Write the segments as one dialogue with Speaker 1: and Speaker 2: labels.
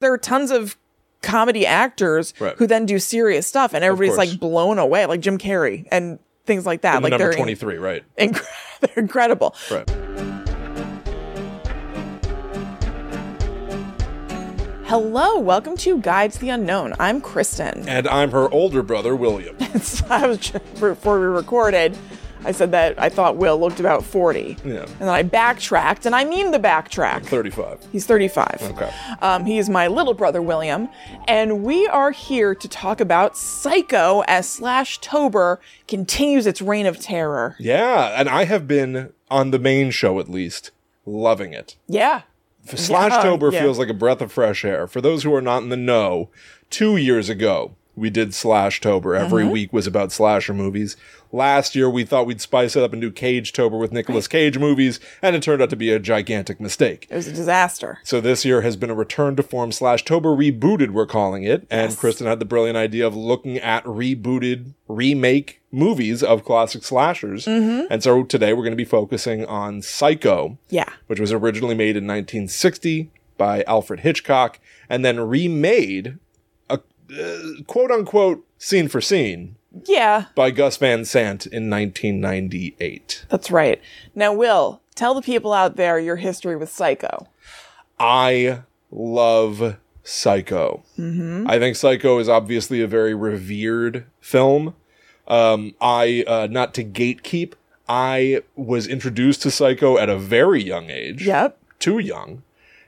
Speaker 1: there are tons of comedy actors
Speaker 2: Right.
Speaker 1: who then do serious stuff and everybody's
Speaker 2: course.
Speaker 1: like blown away like jim carrey and things like that like
Speaker 2: number
Speaker 1: they're in-
Speaker 2: twenty three, right?
Speaker 1: inc- they're incredible
Speaker 2: Right.
Speaker 1: hello welcome to guides the unknown i'm kristen
Speaker 2: And I'm her older brother, William.
Speaker 1: So I was just, before we recorded, I said that I thought Will looked about 40.
Speaker 2: Yeah.
Speaker 1: And then I backtracked, and I mean the backtrack.
Speaker 2: Thirty five.
Speaker 1: He's 35.
Speaker 2: Okay.
Speaker 1: Um, he is my little brother William, and we are here to talk about Psycho as Slash Tober continues its reign of terror.
Speaker 2: Yeah, and I have been on the main show at least, loving it.
Speaker 1: Yeah.
Speaker 2: Slashtober
Speaker 1: yeah.
Speaker 2: feels like a breath of fresh air. For those who are not in the know, two years ago we did Slashtober. Every
Speaker 1: Uh-huh.
Speaker 2: week was about slasher movies. Last year we thought we'd spice it up and do Cagetober with Nicolas Cage movies, and it turned out to be a gigantic mistake.
Speaker 1: It was a disaster.
Speaker 2: So this year has been a return to form slash Tober rebooted, we're calling it. And Kristen had the brilliant idea of looking at rebooted remake movies of classic slashers. And so today we're going to be focusing on Psycho.
Speaker 1: Yeah.
Speaker 2: Which was originally made in 1960 by Alfred Hitchcock and then remade a uh, quote unquote scene for scene
Speaker 1: Yeah,
Speaker 2: by Gus Van Sant in 1998.
Speaker 1: that's right. Now, Will, tell the people out there your history with Psycho.
Speaker 2: I love Psycho. I think Psycho is obviously a very revered film. Um, I, uh, not to gatekeep, I was introduced to Psycho at a very young age.
Speaker 1: Yep.
Speaker 2: Too young.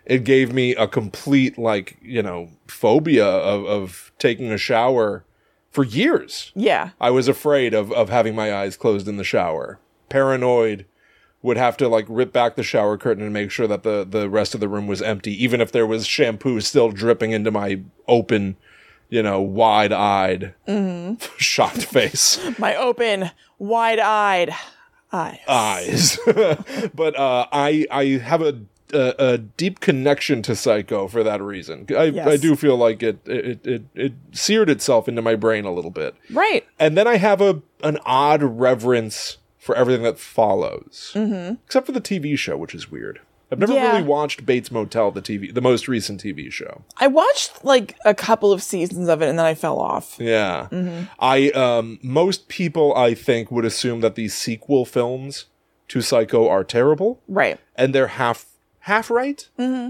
Speaker 2: It gave me a complete, like, you know, phobia of, of taking a shower for years.
Speaker 1: Yeah.
Speaker 2: I was afraid of, of having my eyes closed in the shower. Paranoid would have to like rip back the shower curtain and make sure that the, the rest of the room was empty, even if there was shampoo still dripping into my open, you know, wide eyed, shocked face
Speaker 1: My open, wide eyed eyes.
Speaker 2: eyes. but uh, I I have a, a a deep connection to Psycho for that reason. I
Speaker 1: Yes.
Speaker 2: I do feel like it it, it it seared itself into my brain a little bit.
Speaker 1: Right.
Speaker 2: and then I have a an odd reverence for everything that follows, mm-hmm. except for the TV show, which is weird. I've never
Speaker 1: Yeah.
Speaker 2: really watched Bates Motel, the TV, the most recent TV show.
Speaker 1: I watched like a couple of seasons of it and then I fell off.
Speaker 2: Yeah, I um, most people I think would assume that these sequel films to Psycho are terrible,
Speaker 1: Right.
Speaker 2: and they're half half right.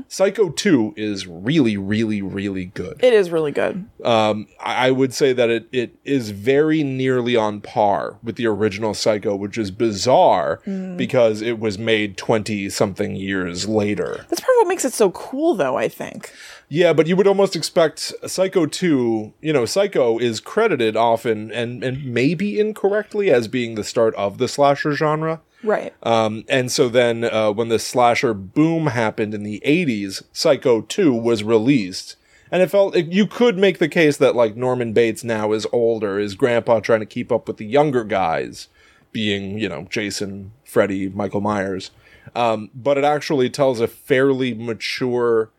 Speaker 2: Psycho Two is really, really, really good.
Speaker 1: It is really good.
Speaker 2: um, I I would say that it, it is very nearly on par with the original Psycho, which is bizarre because it was made 20 something years later.
Speaker 1: That's part of what makes it so cool though, I think.
Speaker 2: Yeah, but you would almost expect Psycho 2, you know, Psycho is credited often and, and maybe incorrectly as being the start of the slasher genre.
Speaker 1: Right.
Speaker 2: Um, and so then uh, when the slasher boom happened in the 80s, Psycho 2 was released. And it felt it, you could make the case that like Norman Bates now is older, is grandpa trying to keep up with the younger guys, being, you know, Jason, Freddy, Michael Myers. Um, but it actually tells a fairly mature,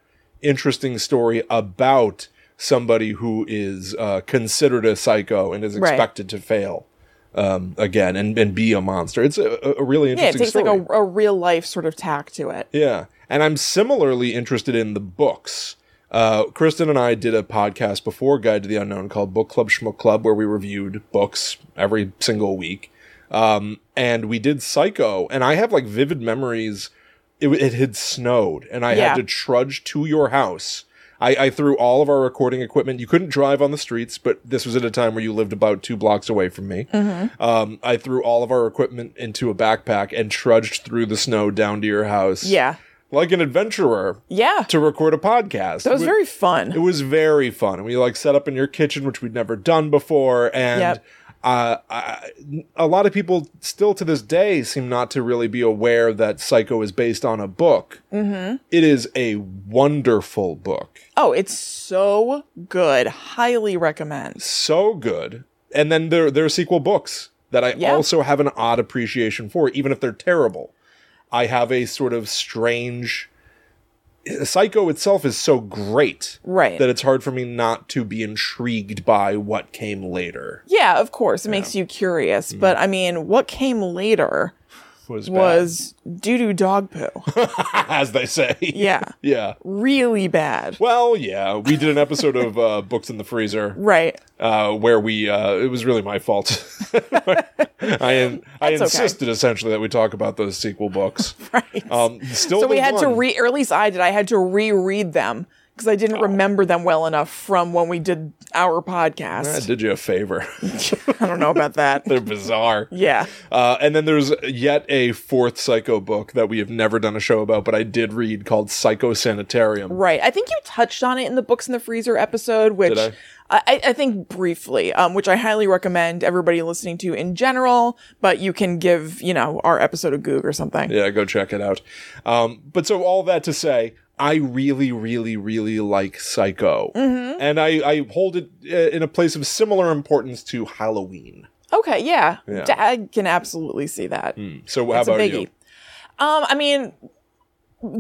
Speaker 2: interesting story about somebody who is uh, considered a psycho and is
Speaker 1: Right.
Speaker 2: expected to fail um, again and, and be a monster. It's a, a- a really
Speaker 1: yeah, it
Speaker 2: interesting
Speaker 1: takes
Speaker 2: story.
Speaker 1: like a, a real life sort of tack to it.
Speaker 2: yeah, and I'm similarly interested in the books. Uh, Kristen and I did a podcast before Guide to the Unknown called Book Club Schmuck Club, where we reviewed books every single week. Um, and we did Psycho, and I have like vivid memories. It, w- it had snowed, and I
Speaker 1: Yeah.
Speaker 2: had to trudge to your house. I, I threw all of our recording equipment. You couldn't drive on the streets, but this was at a time where you lived about two blocks away from me. Um, I threw all of our equipment into a backpack and trudged through the snow down to your house.
Speaker 1: Yeah.
Speaker 2: Like an adventurer
Speaker 1: Yeah.
Speaker 2: to record a podcast.
Speaker 1: That was very fun.
Speaker 2: It was very fun. And we like set up in your kitchen, which we'd never done before. And
Speaker 1: Yep.
Speaker 2: uh, I, a lot of people still to this day seem not to really be aware that Psycho is based on a book. Mm-hmm. is a wonderful book.
Speaker 1: Oh, it's so good. Highly recommend.
Speaker 2: So good. And then there, there are sequel books that I
Speaker 1: Yeah.
Speaker 2: also have an odd appreciation for, even if they're terrible. I have a sort of strange. Psycho itself is so great
Speaker 1: Right.
Speaker 2: that it's hard for me not to be intrigued by what came later.
Speaker 1: Yeah, of course. It makes you curious. But I mean, what came later
Speaker 2: was Mm-hmm. bad,
Speaker 1: was doo doo dog poo.
Speaker 2: as they say.
Speaker 1: Yeah.
Speaker 2: Yeah.
Speaker 1: really bad.
Speaker 2: Well, yeah, we did an episode of uh, Books in the Freezer
Speaker 1: Right.
Speaker 2: uh, where we uh, it was really my fault. I I
Speaker 1: That's okay.
Speaker 2: insisted essentially that we talk about those sequel books.
Speaker 1: Right.
Speaker 2: Um, still,
Speaker 1: so we
Speaker 2: the
Speaker 1: had to
Speaker 2: one-
Speaker 1: re, or at least I did. I had to reread them because I
Speaker 2: Oh.
Speaker 1: didn't remember them well enough from when we did our
Speaker 2: I
Speaker 1: podcast.
Speaker 2: did you a favor.
Speaker 1: I don't know about that.
Speaker 2: They're bizarre.
Speaker 1: yeah.
Speaker 2: Uh, and then there's yet a fourth Psycho book that we have never done a show about, but I did read called Psycho Sanitarium.
Speaker 1: Right. I think you touched on it in the books in the freezer episode, which I?
Speaker 2: Did
Speaker 1: I, I think briefly, um, which I highly recommend everybody listening to in general. But you can give you know our episode a goog or something.
Speaker 2: Yeah, go check it out. Um, but so all that to say, I really, really, really like Psycho,
Speaker 1: Mm-hmm.
Speaker 2: and I, I hold it uh, in a place of similar importance to Halloween.
Speaker 1: Okay. Yeah.
Speaker 2: Yeah.
Speaker 1: D- I can absolutely see that.
Speaker 2: So how
Speaker 1: It's a
Speaker 2: about
Speaker 1: biggie.
Speaker 2: you?
Speaker 1: Um, I mean,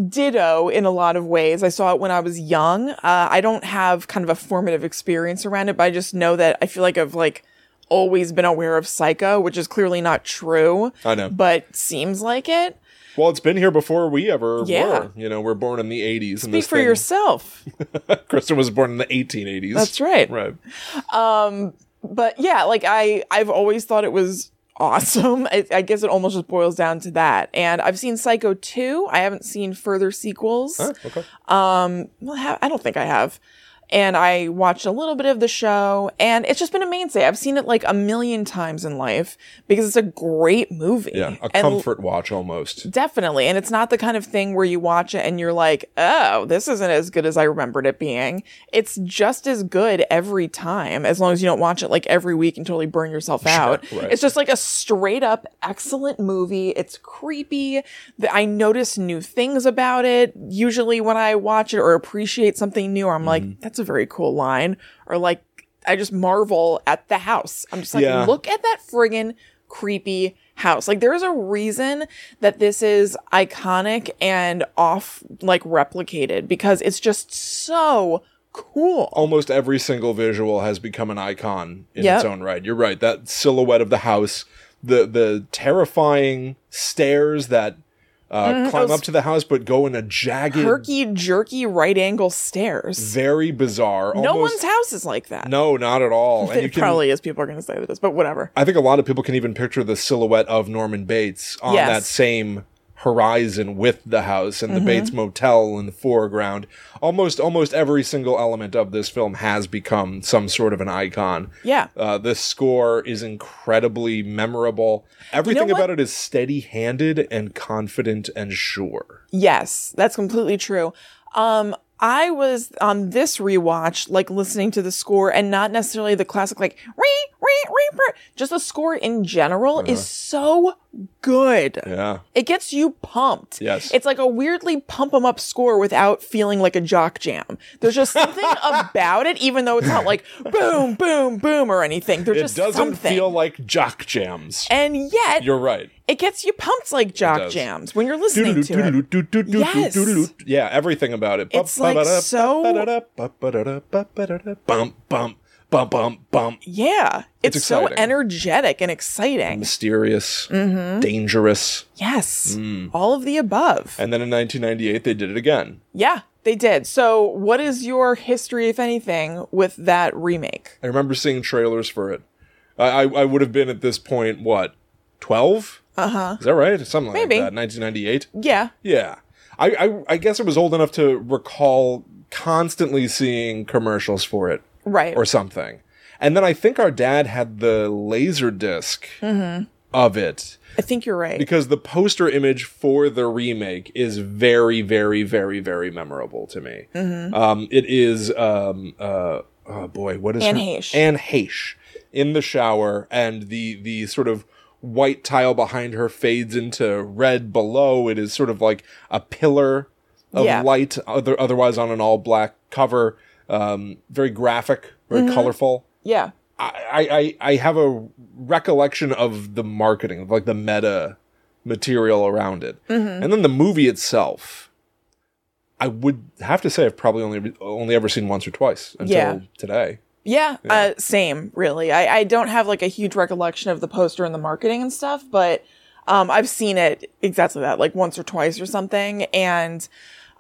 Speaker 1: ditto in a lot of ways. I saw it when I was young. Uh, I don't have kind of a formative experience around it, but I just know that I feel like I've like always been aware of Psycho, which is clearly not true,
Speaker 2: I know.
Speaker 1: but seems like it.
Speaker 2: Well, it's been here before we ever
Speaker 1: Yeah.
Speaker 2: were. You know, we're born in the '80s, and
Speaker 1: Speak
Speaker 2: this
Speaker 1: for
Speaker 2: thing,
Speaker 1: yourself.
Speaker 2: Kristen was born in the 1880s.
Speaker 1: That's right.
Speaker 2: right.
Speaker 1: But yeah, like I, I've always thought it was awesome. I, I guess it almost just boils down to that. And I've seen Psycho 2. I haven't seen further sequels.
Speaker 2: Huh, okay.
Speaker 1: well, ha- I don't think I have. And I watched a little bit of the show, and it's just been a mainstay. I've seen it like a million times in life because it's a great movie.
Speaker 2: Yeah, a
Speaker 1: And-
Speaker 2: comfort watch almost.
Speaker 1: Definitely. And it's not the kind of thing where you watch it and you're like, oh, this isn't as good as I remembered it being. It's just as good every time, as long as you don't watch it like every week and totally burn yourself out.
Speaker 2: right.
Speaker 1: It's just like a straight up excellent movie. It's creepy. Th- I notice new things about it. Usually when I watch it or appreciate something new, I'm
Speaker 2: Mm-hmm.
Speaker 1: like, that's a very cool line. Or like, I just marvel at the house. I'm just like,
Speaker 2: Yeah.
Speaker 1: look at that friggin' creepy house. Like there is a reason that this is iconic and off like replicated because it's just so cool.
Speaker 2: almost every single visual has become an icon in
Speaker 1: Yep.
Speaker 2: its own right. You're right. That silhouette of the house, the the terrifying stairs that uh, climb
Speaker 1: Mm-hmm, those
Speaker 2: up to the house but go in a jagged,
Speaker 1: Herky jerky right angle stairs.
Speaker 2: very bizarre.
Speaker 1: No
Speaker 2: almost,
Speaker 1: one's house is like that.
Speaker 2: No, not at all. And you
Speaker 1: it
Speaker 2: can.
Speaker 1: probably is. People are going to say that it is, but whatever.
Speaker 2: I think a lot of people can even picture the silhouette of Norman Bates on
Speaker 1: Yes. Mm-hmm.
Speaker 2: that same horizon with the house and the Bates Motel in the foreground. Almost almost every single element of this film has become some sort of an icon.
Speaker 1: Yeah.
Speaker 2: Uh, this score is incredibly memorable. Everything
Speaker 1: what?
Speaker 2: about it is steady handed and confident and sure.
Speaker 1: Yes, that's completely true. Um, I was on this rewatch, like listening to the score and not necessarily the classic, like re re re, re. Just the score in general is
Speaker 2: Uh-huh.
Speaker 1: so good.
Speaker 2: Yeah.
Speaker 1: It gets you pumped.
Speaker 2: Yes.
Speaker 1: It's like a weirdly pump 'em up score without feeling like a jock jam. There's just something about it, even though it's not like boom, boom, boom or anything. There's
Speaker 2: It
Speaker 1: just
Speaker 2: doesn't
Speaker 1: something.
Speaker 2: feel like jock jams.
Speaker 1: and yet,
Speaker 2: You're right.
Speaker 1: it gets you pumped like jock
Speaker 2: does.
Speaker 1: jams when you're listening to it.
Speaker 2: Doodaloo, doodaloo, doodaloo,
Speaker 1: Yes.
Speaker 2: doodaloo. Yeah, everything about it.
Speaker 1: It's like
Speaker 2: Ba-ba-da,
Speaker 1: so-
Speaker 2: ba-ba-da-da, ba-ba-da-da, ba-ba-da-da, Bump, bump, bump, bump, bump.
Speaker 1: Yeah. It's,
Speaker 2: It's
Speaker 1: so
Speaker 2: exciting. Mm.
Speaker 1: energetic and exciting.
Speaker 2: Mysterious,
Speaker 1: Mm-hmm.
Speaker 2: dangerous.
Speaker 1: Yes. All of the above.
Speaker 2: Mm. And then in 1998, they did it again.
Speaker 1: yeah, they did. So, what is your history, if anything, with that remake?
Speaker 2: I remember seeing trailers for it. I I, I would have been at this point what twelve? Uh huh. Is that right? Something
Speaker 1: Uh-huh. Maybe.
Speaker 2: like that. Nineteen ninety eight.
Speaker 1: Yeah.
Speaker 2: Yeah. I, I I guess I was old enough to recall constantly seeing commercials for it
Speaker 1: Right.
Speaker 2: or something. And then I think our dad had the laser disk of it
Speaker 1: I think you're right.
Speaker 2: because the poster image for the remake is very, very, very, very memorable to me.
Speaker 1: Mm-hmm.
Speaker 2: Um, it is, um, uh, oh boy, what is
Speaker 1: Anne
Speaker 2: her-
Speaker 1: Heche.
Speaker 2: Anne Heche in the shower, and the the sort of white tile behind her fades into red below. It is sort of like a pillar of
Speaker 1: Yeah.
Speaker 2: light, other, otherwise on an all black cover. Um, very graphic, very
Speaker 1: Mm-hmm.
Speaker 2: colorful.
Speaker 1: yeah.
Speaker 2: I, I I have a recollection of the marketing, of like the meta material around it,
Speaker 1: Mm-hmm.
Speaker 2: and then the movie itself. I would have to say I've probably only only ever seen once or twice until
Speaker 1: Yeah.
Speaker 2: today.
Speaker 1: Yeah, Uh, same, really. I, I don't have like a huge recollection of the poster and the marketing and stuff, but Um, I've seen it exactly that, like once or twice or something. And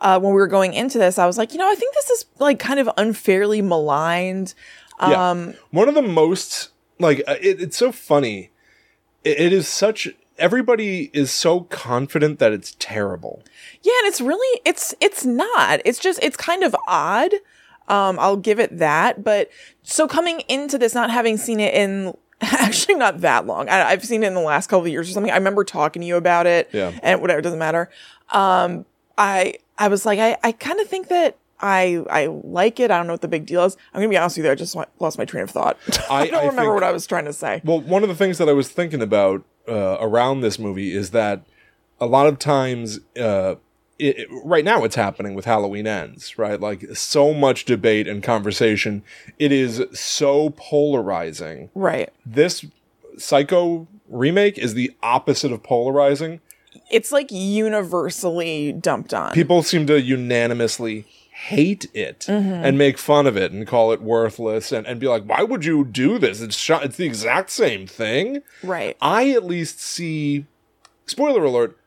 Speaker 1: uh, when we were going into this, I was like, you know, I think this is like kind of unfairly maligned.
Speaker 2: Yeah.
Speaker 1: Um,
Speaker 2: One of the most like uh, it, it's so funny. It, it is such everybody is so confident that it's terrible.
Speaker 1: Yeah, and it's really it's it's not. It's just it's kind of odd. Um, I'll give it that. But so coming into this, not having seen it in actually not that long, I, I've seen it in the last couple of years or something. I remember talking to you about it.
Speaker 2: Yeah.
Speaker 1: and whatever doesn't matter. Um, I I was like I I kind of think that. I, I like it. I don't know what the big deal is. I'm gonna be honest with you. I just wa- lost my train of thought. I,
Speaker 2: I-
Speaker 1: don't
Speaker 2: I
Speaker 1: remember
Speaker 2: think-
Speaker 1: what I was trying to say.
Speaker 2: Well, one of the things that I was thinking about uh, around this movie is that a lot of times, uh, it, it- right now, it's happening with Halloween Ends, right? Like so much debate and conversation. It is so polarizing.
Speaker 1: Right.
Speaker 2: This Psycho remake is the opposite of polarizing.
Speaker 1: It's like universally dumped on.
Speaker 2: people seem to unanimously hate it and make fun of it and call it worthless and, and be like why would you do this it's sh- it's the exact same thing
Speaker 1: right.
Speaker 2: i at least see spoiler alert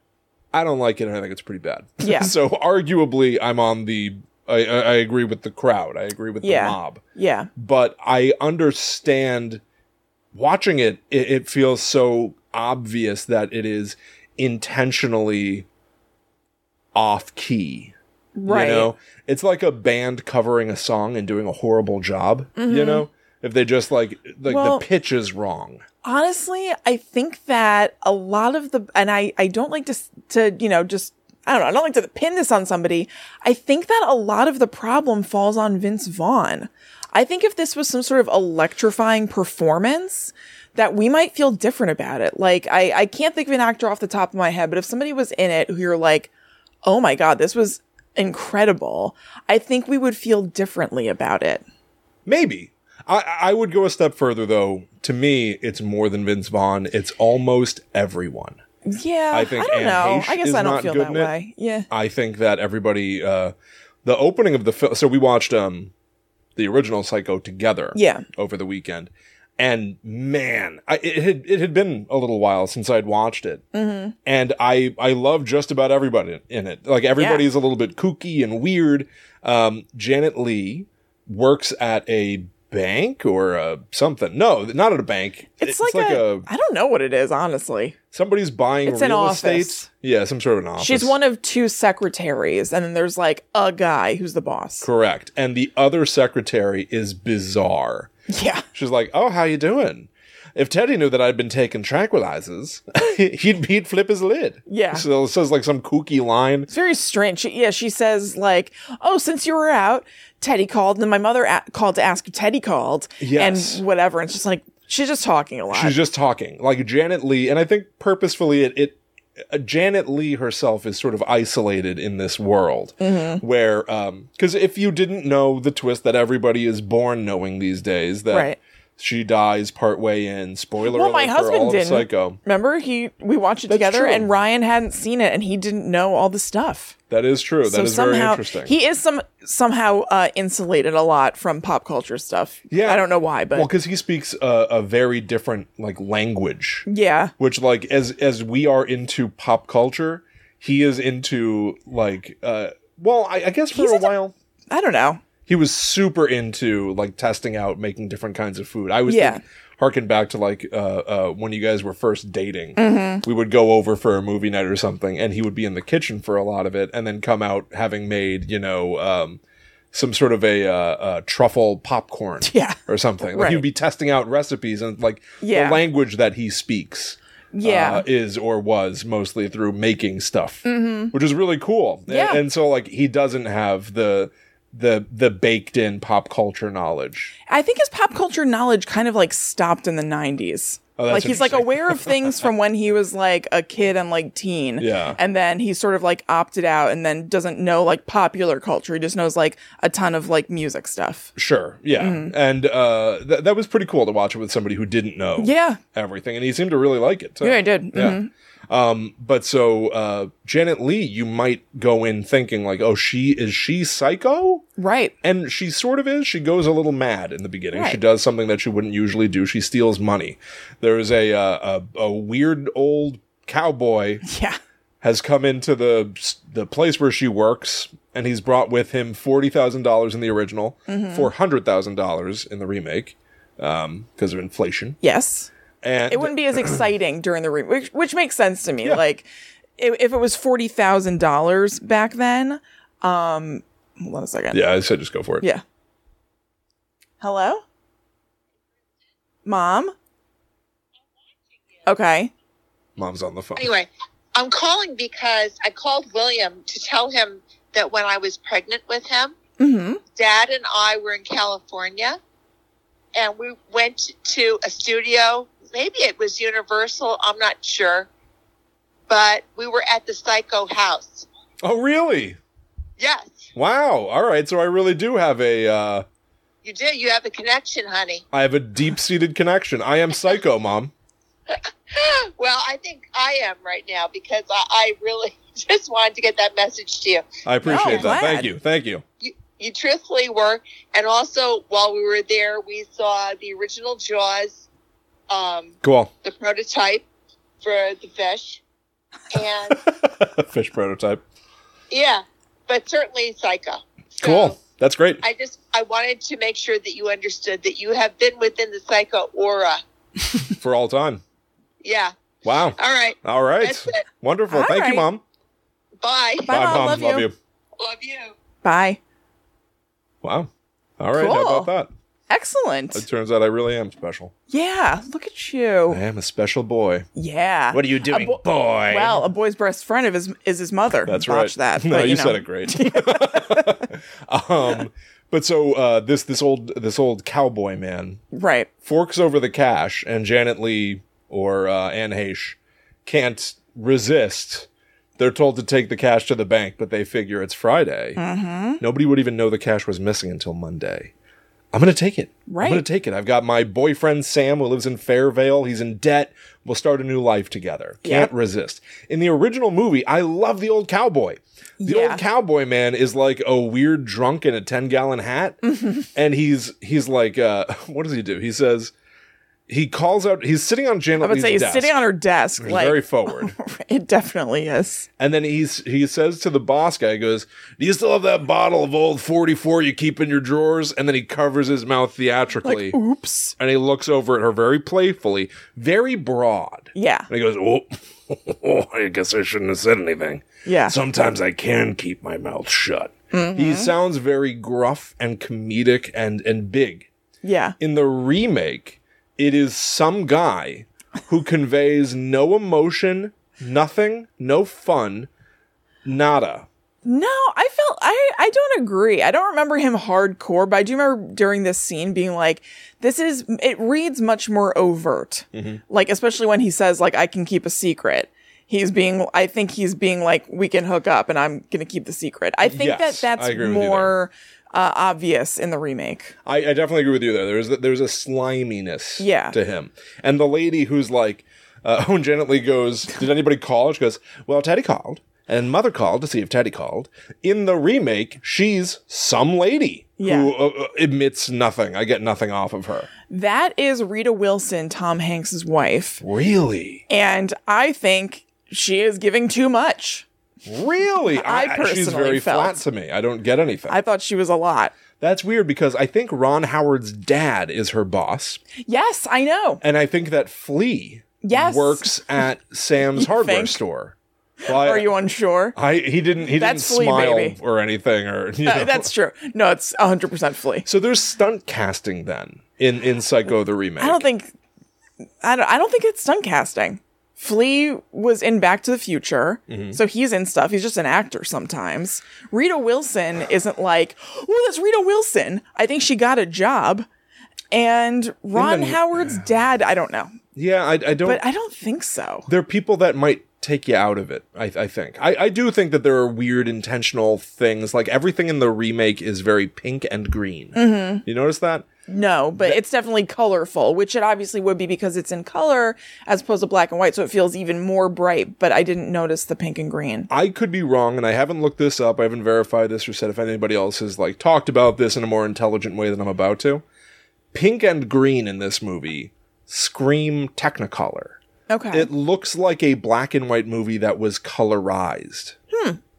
Speaker 2: i don't like it and i think it's pretty bad
Speaker 1: Yeah.
Speaker 2: so arguably i'm on the I, I I agree with the crowd i agree with
Speaker 1: Yeah.
Speaker 2: the mob
Speaker 1: Yeah.
Speaker 2: but i understand watching it, it it feels so obvious that it is intentionally off key
Speaker 1: Right.
Speaker 2: you know, it's like a band covering a song and doing a horrible job. You know, if they just like like
Speaker 1: Mm-hmm. Well-
Speaker 2: the pitch is wrong.
Speaker 1: honestly i think that a lot of the and i i don't like to s- to you know just i don't know i don't like to pin this on somebody i think that a lot of the problem falls on vince vaughn i think if this was some sort of electrifying performance that we might feel different about it like i i can't think of an actor off the top of my head but if somebody was in it who you're like oh my god this was incredible i think we would feel differently about it
Speaker 2: Maybe I I would go a step further though. To me, it's more than Vince Vaughn. It's almost everyone.
Speaker 1: yeah i,
Speaker 2: I think
Speaker 1: don't
Speaker 2: Anne
Speaker 1: know
Speaker 2: Heche
Speaker 1: i guess
Speaker 2: is
Speaker 1: i don't
Speaker 2: not
Speaker 1: feel
Speaker 2: good
Speaker 1: that
Speaker 2: in it.
Speaker 1: way yeah
Speaker 2: I think that everybody. uh The opening of the film. So we watched um the original Psycho together.
Speaker 1: Yeah.
Speaker 2: Over the weekend. And man, I, it had it had been a little while since I'd watched it,
Speaker 1: Mm-hmm.
Speaker 2: and I I love just about everybody in it. Like everybody's a little bit kooky and weird. Um, Janet Lee works at a bank or uh something. No, not at a bank.
Speaker 1: It's, like, a, I don't know what it is, honestly.
Speaker 2: somebody's buying
Speaker 1: It's an
Speaker 2: real
Speaker 1: office.
Speaker 2: estate. Yeah, some sort of an office.
Speaker 1: She's one of two secretaries, and then there's like a guy who's the boss.
Speaker 2: Correct. And the other secretary is bizarre.
Speaker 1: Yeah.
Speaker 2: She's like, "Oh, how you doing?" If Teddy knew that I'd been taking tranquilizers, he'd he'd flip his lid.
Speaker 1: Yeah.
Speaker 2: So it says like some kooky line.
Speaker 1: It's very strange. She, yeah, she says like, "Oh, since you were out, Teddy called, and then my mother a- called to ask if Teddy called,
Speaker 2: Yes.
Speaker 1: and whatever." And she's like, she's just talking a lot.
Speaker 2: She's just talking like Janet Lee, and I think purposefully it it. Uh, Janet Lee herself is sort of isolated in this world
Speaker 1: Mm-hmm.
Speaker 2: where, because if you didn't know the twist that everybody is born knowing these days, that
Speaker 1: Right.
Speaker 2: she dies partway in, spoiler
Speaker 1: well,
Speaker 2: alert
Speaker 1: my
Speaker 2: for all
Speaker 1: husband
Speaker 2: of
Speaker 1: didn't.
Speaker 2: Psycho.
Speaker 1: Remember, he we watched it together,
Speaker 2: true.
Speaker 1: and Ryan hadn't seen it, and he didn't know all the stuff.
Speaker 2: That is true. That is
Speaker 1: so somehow
Speaker 2: very interesting.
Speaker 1: he is some somehow uh, insulated a lot from pop culture stuff.
Speaker 2: Yeah.
Speaker 1: I don't know why, but
Speaker 2: well, because he speaks a, a very different like language,
Speaker 1: yeah,
Speaker 2: which like as as we are into pop culture, he is into like uh well, I, I guess for
Speaker 1: He's
Speaker 2: a
Speaker 1: into-
Speaker 2: while
Speaker 1: I don't know.
Speaker 2: he was super into like testing out making different kinds of food. I was
Speaker 1: Yeah.
Speaker 2: yeah. harken back to like uh, uh, when you guys were first dating.
Speaker 1: Mm-hmm.
Speaker 2: We would go over for a movie night or something, and he would be in the kitchen for a lot of it, and then come out having made you know um, some sort of a uh, uh, truffle popcorn,
Speaker 1: Yeah.
Speaker 2: or something. Like
Speaker 1: Right.
Speaker 2: he'd be testing out recipes and like
Speaker 1: Yeah.
Speaker 2: the language that he speaks.
Speaker 1: Yeah.
Speaker 2: uh, is or was mostly through making stuff, which is really cool. A-
Speaker 1: Mm-hmm. Yeah.
Speaker 2: And, so like he doesn't have the the the baked in pop culture knowledge.
Speaker 1: I think his pop culture knowledge kind of like stopped in the 90s.
Speaker 2: Oh, that's
Speaker 1: like he's like
Speaker 2: interesting.
Speaker 1: aware of things from when he was like a kid and like teen.
Speaker 2: Yeah.
Speaker 1: And then he sort of like opted out and then doesn't know like popular culture. He just knows like a ton of like music stuff.
Speaker 2: Sure, yeah,
Speaker 1: Mm-hmm.
Speaker 2: and uh, th- that was pretty cool to watch it with somebody who didn't know
Speaker 1: Yeah.
Speaker 2: everything, and he seemed to really like it. Too.
Speaker 1: Yeah, I did. Mm-hmm.
Speaker 2: Yeah. Um, but so uh, Janet Lee, you might go in thinking like, oh, she is she psycho?
Speaker 1: Right.
Speaker 2: And she sort of is. She goes a little mad in the beginning. She
Speaker 1: Right.
Speaker 2: does something that she wouldn't usually do. She steals money. There's a uh, a, a weird old cowboy
Speaker 1: Yeah.
Speaker 2: has come into the the place where she works, and he's brought with him forty thousand dollars in the original,
Speaker 1: Mm-hmm.
Speaker 2: hundred thousand dollars in the remake, because of inflation.
Speaker 1: Yes.
Speaker 2: And
Speaker 1: It wouldn't be as exciting during the remake, which, which makes sense to me. Like, if, if it was forty thousand dollars back then, um, hold on a second.
Speaker 2: yeah, I said just go for it.
Speaker 1: Yeah. Hello? Mom? Okay.
Speaker 2: Mom's on the phone.
Speaker 3: Anyway, I'm calling because I called William to tell him that when I was pregnant with him,
Speaker 1: Mm-hmm.
Speaker 3: Dad and I were in California and we went to a studio. Maybe it was Universal, I'm not sure. But we were at the Psycho House.
Speaker 2: Oh, really?
Speaker 3: Yes,
Speaker 2: Wow. All right. So I really do have a uh,
Speaker 3: you do. You have a connection, honey.
Speaker 2: I have a deep seated connection. I am psycho, mom.
Speaker 3: well, I think I am right now because I, I really just wanted to get that message to you.
Speaker 2: I appreciate
Speaker 1: Oh,
Speaker 2: that.
Speaker 1: glad.
Speaker 2: Thank you. Thank you.
Speaker 3: You truthfully were. And also, while we were there, we saw the original Jaws, um,
Speaker 2: Cool.
Speaker 3: the prototype for the fish. And
Speaker 2: Fish prototype.
Speaker 3: yeah, but certainly Psycho. So
Speaker 2: Cool. That's great.
Speaker 3: I just I wanted to make sure that you understood that you have been within the Psycho aura.
Speaker 2: For all time.
Speaker 3: Yeah.
Speaker 2: Wow.
Speaker 3: All right.
Speaker 2: All right.
Speaker 3: That's it.
Speaker 2: Wonderful.
Speaker 1: All
Speaker 2: Thank you,
Speaker 1: right.
Speaker 2: mom.
Speaker 3: Bye.
Speaker 1: Bye, Mom. Love you.
Speaker 3: Love you.
Speaker 1: Bye.
Speaker 2: Wow. All right. How
Speaker 1: Cool.
Speaker 2: about that? It
Speaker 1: Excellent.
Speaker 2: turns out I really am special.
Speaker 1: Yeah. Look at
Speaker 2: I
Speaker 1: you.
Speaker 2: am a special boy.
Speaker 1: Yeah.
Speaker 4: What are you doing,
Speaker 1: bo-
Speaker 4: boy?
Speaker 1: Well, a boy's best friend of his, is his mother.
Speaker 2: That's right.
Speaker 1: Watch that.
Speaker 2: No,
Speaker 1: but,
Speaker 2: you,
Speaker 1: know.
Speaker 2: said it great. um, but so uh, this this old this old cowboy man
Speaker 1: Right.
Speaker 2: forks over the cash, and Janet Lee or uh, Anne Heche can't resist. They're told to take the cash to the bank, but they figure it's Friday. Nobody would even know the cash was missing until Monday. I'm going to take it. I'm
Speaker 1: Right.
Speaker 2: going to take it. I've got my boyfriend Sam who lives in Fairvale. He's in debt. We'll start a new life together. Can't
Speaker 1: Yep.
Speaker 2: resist. In the original movie, I love the old cowboy. The
Speaker 1: Yeah.
Speaker 2: old cowboy man is like a weird drunk in a 10-gallon hat and he's he's like uh what does he do? He says he calls out he's sitting on Janet
Speaker 1: I would
Speaker 2: Lee's
Speaker 1: say he's
Speaker 2: desk.
Speaker 1: sitting on her desk.
Speaker 2: He's
Speaker 1: Like,
Speaker 2: very forward.
Speaker 1: it definitely is.
Speaker 2: And then he's he says to the boss guy, he goes, Do you still have that bottle of old 44 you keep in your drawers? And then he covers his mouth theatrically.
Speaker 1: Like, oops.
Speaker 2: and he looks over at her very playfully, very broad.
Speaker 1: Yeah.
Speaker 2: And he goes, Oh, I guess I shouldn't have said anything.
Speaker 1: Yeah.
Speaker 2: Sometimes I can keep my mouth shut. He sounds very gruff and comedic and and big.
Speaker 1: yeah.
Speaker 2: In the remake, it is some guy who conveys no emotion, nothing, no fun, nada.
Speaker 1: No, I felt I I don't agree. I don't remember him hardcore, but I do remember during this scene being like, "This is." It reads much more overt,
Speaker 2: Mm-hmm.
Speaker 1: like especially when he says like, "I can keep a secret." He's being. I think he's being like, "We can hook up," and I'm gonna keep the secret. I think
Speaker 2: Yes,
Speaker 1: that
Speaker 2: I
Speaker 1: that's
Speaker 2: agree with you there.
Speaker 1: more uh, obvious in the remake.
Speaker 2: I, I definitely agree with you there. There's there's a sliminess
Speaker 1: Yeah.
Speaker 2: to him. And the lady who's like, uh, when Janet Lee goes, did anybody call? She goes, well, Teddy called, and Mother called to see if Teddy called. In the remake, she's some lady
Speaker 1: Yeah.
Speaker 2: who uh, uh, admits nothing. I get nothing off of her.
Speaker 1: That is Rita Wilson, Tom Hanks's wife,
Speaker 2: Really,
Speaker 1: and I think she is giving too much.
Speaker 2: really.
Speaker 1: I
Speaker 2: she's
Speaker 1: personally
Speaker 2: very
Speaker 1: felt-
Speaker 2: flat to me. I don't get anything.
Speaker 1: I thought she was a lot.
Speaker 2: That's weird because I think Ron Howard's dad is her boss,
Speaker 1: Yes, I know.
Speaker 2: and I think that Flea
Speaker 1: Yes.
Speaker 2: works at Sam's hardware
Speaker 1: think?
Speaker 2: store. Well, I-
Speaker 1: Are you unsure?
Speaker 2: I he didn't he
Speaker 1: That's
Speaker 2: didn't
Speaker 1: Flea,
Speaker 2: smile
Speaker 1: baby.
Speaker 2: or anything or you
Speaker 1: Uh,
Speaker 2: know.
Speaker 1: that's true. No, it's 100% flea.
Speaker 2: so there's stunt casting then in in Psycho the remake.
Speaker 1: I don't think I don't I don't think it's stunt casting. Flea was in Back to the Future,
Speaker 2: Mm-hmm.
Speaker 1: so he's in stuff. He's just an actor sometimes. Rita Wilson isn't like, oh, that's Rita Wilson. I think she got a job. And Ron
Speaker 2: the-
Speaker 1: Howard's dad, I don't know,
Speaker 2: yeah, I, I don't.
Speaker 1: but I don't think so.
Speaker 2: there are people that might take you out of it. I, I think I, I do think that there are weird intentional things. Like everything in the remake is very pink and green.
Speaker 1: Mm-hmm.
Speaker 2: You notice that?
Speaker 1: No, but it's definitely colorful, which it obviously would be because it's in color as opposed to black and white, so it feels even more bright. But I didn't notice the pink and green.
Speaker 2: I could be wrong, and I haven't looked this up. I haven't verified this or said if anybody else has like talked about this in a more intelligent way than I'm about to. Pink and green in this movie scream Technicolor.
Speaker 1: Okay.
Speaker 2: It looks like a black and white movie that was colorized,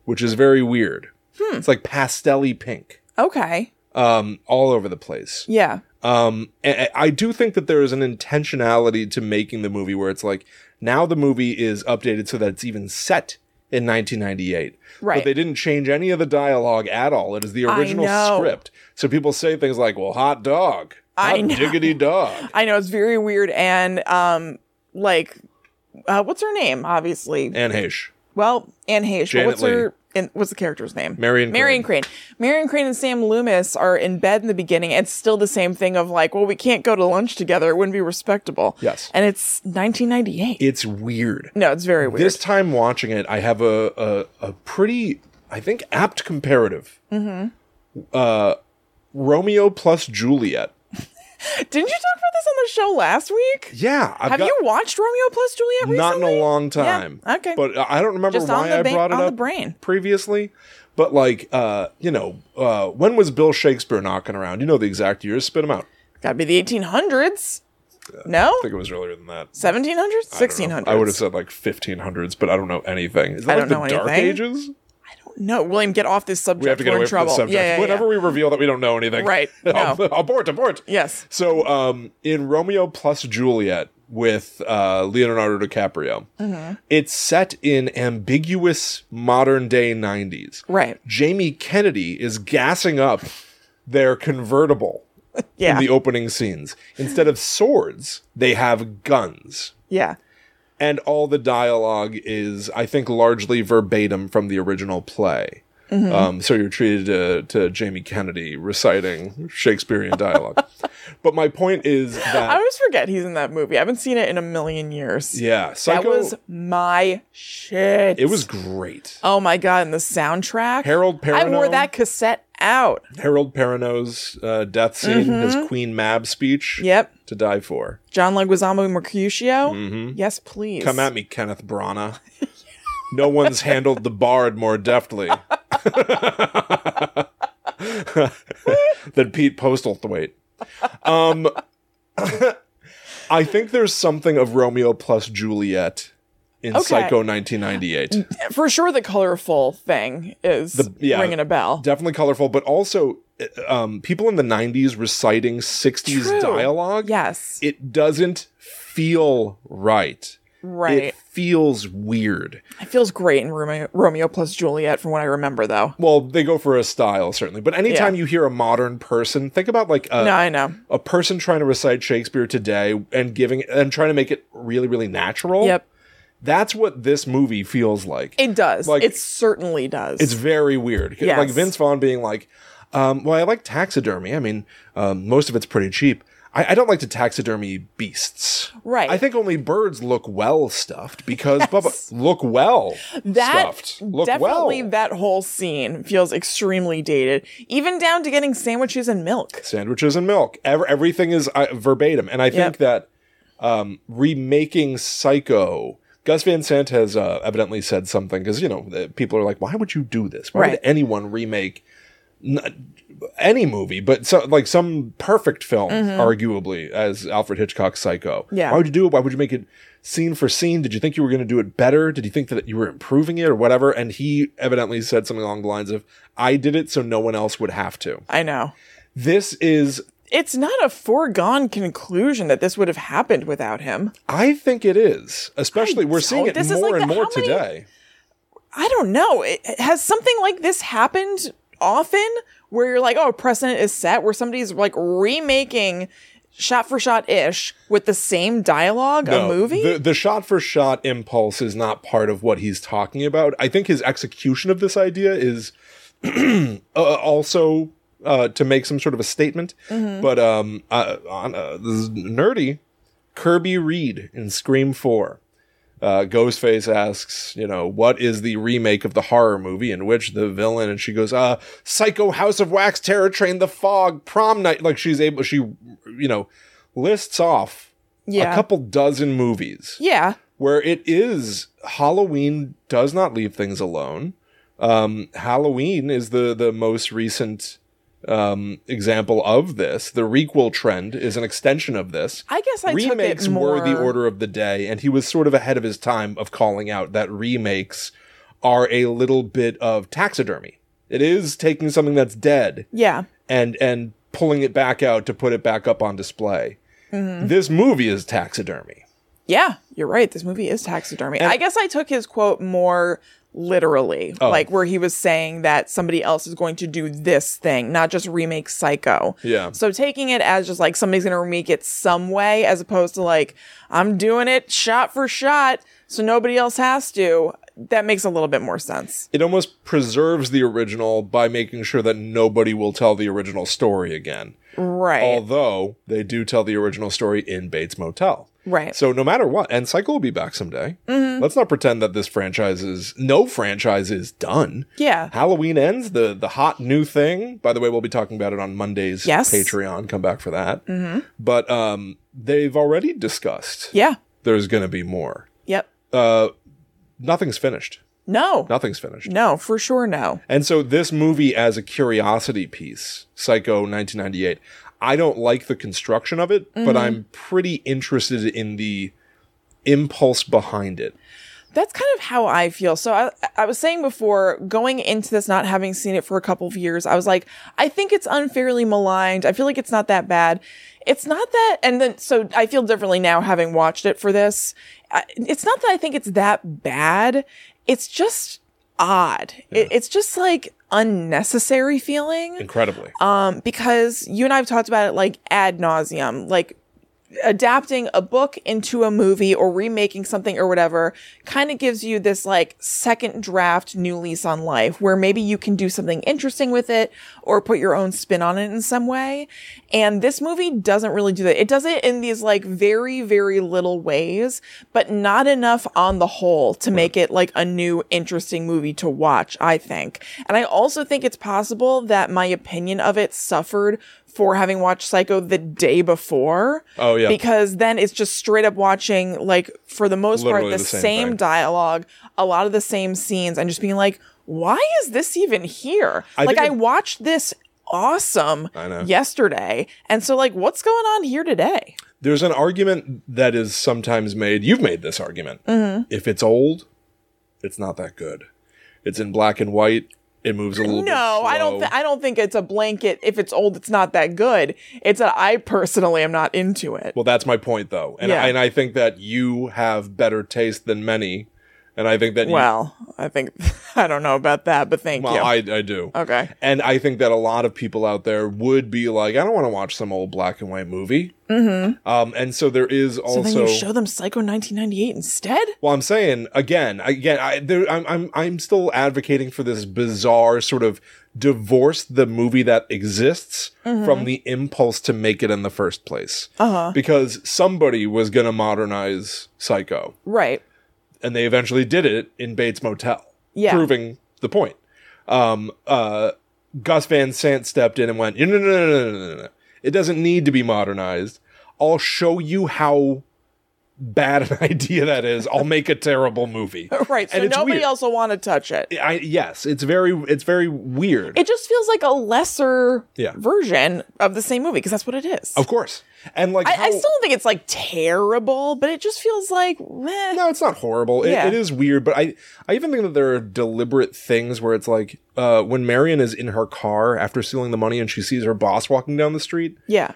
Speaker 2: which is very weird. It's like pastelly pink,
Speaker 1: okay.
Speaker 2: um, all over the place.
Speaker 1: Yeah.
Speaker 2: Um, a- a- I do think that there is an intentionality to making the movie where it's like now the movie is updated so that it's even set in 1998.
Speaker 1: Right.
Speaker 2: But they didn't change any of the dialogue at all. It is the original
Speaker 1: know.
Speaker 2: script. So people say things like, well, hot dog. Hot
Speaker 1: I know.
Speaker 2: diggity dog.
Speaker 1: I know it's very weird and um like uh what's her name obviously.
Speaker 2: Anne Heche.
Speaker 1: Well, Anne Heche. but
Speaker 2: Janet
Speaker 1: What's
Speaker 2: Leigh.
Speaker 1: her? And what's the character's name?
Speaker 2: Marion
Speaker 1: Marion Crane. Marion Crane and Sam Loomis are in bed in the beginning. It's still the same thing of like, well, we can't go to lunch together. It wouldn't be respectable.
Speaker 2: Yes.
Speaker 1: And it's 1998.
Speaker 2: It's weird.
Speaker 1: no, it's very weird.
Speaker 2: This time watching it, I have a a, a pretty, I think, apt comparative. Mm-hmm. Uh, Romeo plus Juliet.
Speaker 1: Didn't you talk about this on the show last week?
Speaker 2: Yeah, I've
Speaker 1: Have
Speaker 2: got-
Speaker 1: you watched Romeo plus Juliet recently?
Speaker 2: not in a long time.
Speaker 1: okay.
Speaker 2: but I I don't remember
Speaker 1: Just on
Speaker 2: why
Speaker 1: the
Speaker 2: I
Speaker 1: ba-
Speaker 2: brought it
Speaker 1: on the
Speaker 2: up
Speaker 1: brain.
Speaker 2: previously. But like, uh, you know, uh, when was Bill Shakespeare knocking around? You know the exact years. Spit them out.
Speaker 1: Gotta be the 1800s. No?
Speaker 2: I think it was earlier than that.
Speaker 1: 1700s?
Speaker 2: I don't know.
Speaker 1: 1600s?
Speaker 2: I would have said like 1500s, but I don't know anything. Is that
Speaker 1: I
Speaker 2: like
Speaker 1: don't
Speaker 2: the
Speaker 1: know
Speaker 2: Dark
Speaker 1: anything.
Speaker 2: Ages?
Speaker 1: No, William, get off this subject.
Speaker 2: We have to get
Speaker 1: are
Speaker 2: away
Speaker 1: in trouble.
Speaker 2: from the subject.
Speaker 1: Yeah, yeah, yeah.
Speaker 2: Whenever we reveal that we don't know anything,
Speaker 1: Right. No.
Speaker 2: abort, abort.
Speaker 1: Yes.
Speaker 2: So, um, in Romeo plus Juliet with uh, Leonardo DiCaprio,
Speaker 1: Mm-hmm.
Speaker 2: it's set in ambiguous modern day '90s.
Speaker 1: Right.
Speaker 2: Jamie Kennedy is gassing up their convertible
Speaker 1: Yeah.
Speaker 2: in the opening scenes. Instead of swords, they have guns.
Speaker 1: yeah.
Speaker 2: And all the dialogue is, I think, largely verbatim from the original play.
Speaker 1: Mm-hmm.
Speaker 2: Um, so you're treated uh, to Jamie Kennedy reciting Shakespearean dialogue. but my point is
Speaker 1: I
Speaker 2: that,
Speaker 1: always forget he's in that movie. I haven't seen it in a million years.
Speaker 2: yeah,
Speaker 1: that
Speaker 2: Psycho,
Speaker 1: was my shit.
Speaker 2: it was great.
Speaker 1: Oh my god! And the soundtrack.
Speaker 2: Harold Perrineau.
Speaker 1: I wore that cassette out.
Speaker 2: Harold Perrineau's uh, death scene,
Speaker 1: Mm-hmm.
Speaker 2: his Queen Mab speech.
Speaker 1: Yep.
Speaker 2: To die for.
Speaker 1: John Leguizamo Mercutio. Yes, please.
Speaker 2: Mm-hmm. Come at me, Kenneth Branagh. no one's handled the bard more deftly than Pete Postlethwaite. Um, I think there's something of Romeo plus Juliet in
Speaker 1: Okay.
Speaker 2: Psycho 1998.
Speaker 1: For sure, the colorful thing is
Speaker 2: yeah.
Speaker 1: ringing a bell.
Speaker 2: Definitely colorful, but also uh, um, people in the 90s reciting 60s
Speaker 1: True.
Speaker 2: dialogue.
Speaker 1: yes.
Speaker 2: It doesn't feel right.
Speaker 1: right.
Speaker 2: It feels weird.
Speaker 1: it feels great in Romeo, Romeo plus Juliet, from what I remember, though.
Speaker 2: Well, they go for a style certainly, but anytime
Speaker 1: Yeah.
Speaker 2: you hear a modern person, think about like a,
Speaker 1: no, I know.
Speaker 2: a person trying to recite Shakespeare today and giving and trying to make it really, really natural.
Speaker 1: Yep.
Speaker 2: that's what this movie feels like.
Speaker 1: It does.
Speaker 2: Like-
Speaker 1: it certainly does.
Speaker 2: it's very weird,
Speaker 1: Yes.
Speaker 2: like Vince Vaughn being like, um, "Well, I like taxidermy. I mean, um, most of it's pretty cheap. I, I don't like to taxidermy beasts.
Speaker 1: Right.
Speaker 2: I think only birds look well stuffed because Bubba look well
Speaker 1: that
Speaker 2: stuffed. Look
Speaker 1: definitely
Speaker 2: well.
Speaker 1: that whole scene feels extremely dated, even down to getting sandwiches and milk.
Speaker 2: sandwiches and milk. Ev- everything is uh, verbatim, and I
Speaker 1: Yep.
Speaker 2: think that um, remaking Psycho. Gus Van Sant has uh, evidently said something because you know the people are like, why would you do this? Why would
Speaker 1: Right.
Speaker 2: anyone remake n- any movie, but so, like some perfect film, arguably as Alfred Hitchcock's Psycho?
Speaker 1: Mm-hmm. Yeah.
Speaker 2: Why would you do it? Why would you make it scene for scene? Did you think you were going to do it better? Did you think that you were improving it or whatever? And he evidently said something along the lines of, "I did it so no one else would have to."
Speaker 1: I know.
Speaker 2: This is
Speaker 1: It's not a foregone conclusion that this would have happened without him.
Speaker 2: I think it is, especially
Speaker 1: I
Speaker 2: we're seeing
Speaker 1: don't-
Speaker 2: it
Speaker 1: Oh, this is
Speaker 2: more
Speaker 1: like
Speaker 2: and
Speaker 1: the-
Speaker 2: more
Speaker 1: how many-
Speaker 2: today.
Speaker 1: I don't know. It, has something like this happened often where you're like, oh, precedent is set, where somebody's like remaking shot for shot ish with the same dialogue a
Speaker 2: No,
Speaker 1: movie?
Speaker 2: The, the shot for shot impulse is not part of what he's talking about. I think his execution of this idea is uh, also uh, to make some sort of a statement.
Speaker 1: Mm-hmm.
Speaker 2: But um, uh, on, uh, this is nerdy. Kirby Reed in Scream 4. Uh, Ghostface asks, you know, what is the remake of the horror movie in which the villain, and she goes, uh, Psycho House of Wax, Terror Train, The Fog, Prom Night. Like she's able, she, you know, lists off
Speaker 1: yeah.
Speaker 2: a couple dozen movies
Speaker 1: yeah.
Speaker 2: where it is Halloween does not leave things alone. Um, Halloween is the the most recent um, example of this. The requel trend is an extension of this.
Speaker 1: I guess I
Speaker 2: remakes
Speaker 1: took it more
Speaker 2: were the order of the day, and he was sort of ahead of his time of calling out that remakes are a little bit of taxidermy. It is taking something that's dead
Speaker 1: Yeah.
Speaker 2: and and pulling it back out to put it back up on display.
Speaker 1: Mm-hmm.
Speaker 2: This movie is taxidermy.
Speaker 1: Yeah, you're right. This movie is taxidermy. I guess I took his quote more literally,
Speaker 2: Oh.
Speaker 1: like where he was saying that somebody else is going to do this thing, not just remake Psycho.
Speaker 2: Yeah.
Speaker 1: So taking it as just like somebody's going to remake it some way, as opposed to like, I'm doing it shot for shot, so nobody else has to, that makes a little bit more sense.
Speaker 2: It almost preserves the original by making sure that nobody will tell the original story again.
Speaker 1: Right.
Speaker 2: Although they do tell the original story in Bates Motel.
Speaker 1: right.
Speaker 2: So no matter what, and Psycho will be back someday. Let's not pretend that this franchise is no franchise is done.
Speaker 1: yeah.
Speaker 2: Halloween ends the the hot new thing. By the way, we'll be talking about it on Monday's
Speaker 1: Yes.
Speaker 2: Patreon. Come back for that. But um, they've already discussed
Speaker 1: Yeah.
Speaker 2: there's going to be more.
Speaker 1: Yep.
Speaker 2: Uh, nothing's finished.
Speaker 1: No.
Speaker 2: Nothing's finished.
Speaker 1: No, for sure. No.
Speaker 2: And so this movie as a curiosity piece, Psycho 1998, I don't like the construction of it,
Speaker 1: Mm-hmm.
Speaker 2: but I'm pretty interested in the impulse behind it.
Speaker 1: That's kind of how I feel. So I, I was saying before, going into this, not having seen it for a couple of years, I was like, I think it's unfairly maligned. I feel like it's not that bad. It's not that, and then so I feel differently now having watched it for this. I, it's not that I think it's that bad. It's just odd. It, it's just like unnecessary feeling
Speaker 2: Incredibly.
Speaker 1: um, because you and I have talked about it like ad nauseum, like adapting a book into a movie or remaking something or whatever kind of gives you this like second draft new lease on life where maybe you can do something interesting with it or put your own spin on it in some way and this movie doesn't really do that it does it in these like very very little ways but not enough on the whole to make it like a new interesting movie to watch i think and i also think it's possible that my opinion of it suffered for having watched psycho the day before
Speaker 2: Oh, yeah.
Speaker 1: because then it's just straight up watching like for the most
Speaker 2: Literally
Speaker 1: part the,
Speaker 2: the same
Speaker 1: same,
Speaker 2: thing.
Speaker 1: dialogue a lot of the same scenes and just being like why is this even here
Speaker 2: I
Speaker 1: like
Speaker 2: think
Speaker 1: i
Speaker 2: it-
Speaker 1: watched this awesome
Speaker 2: I know.
Speaker 1: yesterday and so like what's going on here today
Speaker 2: There's an argument that is sometimes made. You've made this argument.
Speaker 1: Mm-hmm.
Speaker 2: If it's old, it's not that good. It's in black and white. It moves a little bit.
Speaker 1: no i don't
Speaker 2: slow.
Speaker 1: th- i don't think it's a blanket if it's old it's not that good it's that i personally am not into it
Speaker 2: Well, that's my point, though, and
Speaker 1: Yeah.
Speaker 2: I, and I think that you have better taste than many, and I think that you-
Speaker 1: well i think i don't know about that but thank
Speaker 2: well,
Speaker 1: you
Speaker 2: I, I do.
Speaker 1: okay
Speaker 2: And I think that a lot of people out there would be like, I don't want to watch some old black and white movie. Mm-hmm. Um, and so there is
Speaker 1: so
Speaker 2: also.
Speaker 1: then you show them psycho 1998 instead
Speaker 2: well, I'm saying again, again, I, there, I'm, I'm, I'm still advocating for this bizarre sort of divorce the movie that exists
Speaker 1: Mm-hmm.
Speaker 2: from the impulse to make it in the first place. Uh-huh. Because somebody was going to modernize Psycho,
Speaker 1: right
Speaker 2: and they eventually did it in Bates Motel,
Speaker 1: Yeah.
Speaker 2: proving the point. Um, uh, Gus Van Sant stepped in and went, no, no, no, no, no, no, no. It doesn't need to be modernized. I'll show you how bad an idea that is. I'll make a terrible movie.
Speaker 1: Right. So
Speaker 2: And it's
Speaker 1: nobody
Speaker 2: weird.
Speaker 1: else will want to touch it.
Speaker 2: I, yes, it's very, it's very weird.
Speaker 1: It just feels like a lesser
Speaker 2: Yeah.
Speaker 1: version of the same movie because that's what it is.
Speaker 2: of course. And like,
Speaker 1: I,
Speaker 2: how-
Speaker 1: I still don't think it's like terrible, but it just feels like meh.
Speaker 2: no, it's not horrible. It,
Speaker 1: Yeah.
Speaker 2: it is weird, but I, I even think that there are deliberate things where it's like, uh, when Marion is in her car after stealing the money and she sees her boss walking down the street,
Speaker 1: Yeah,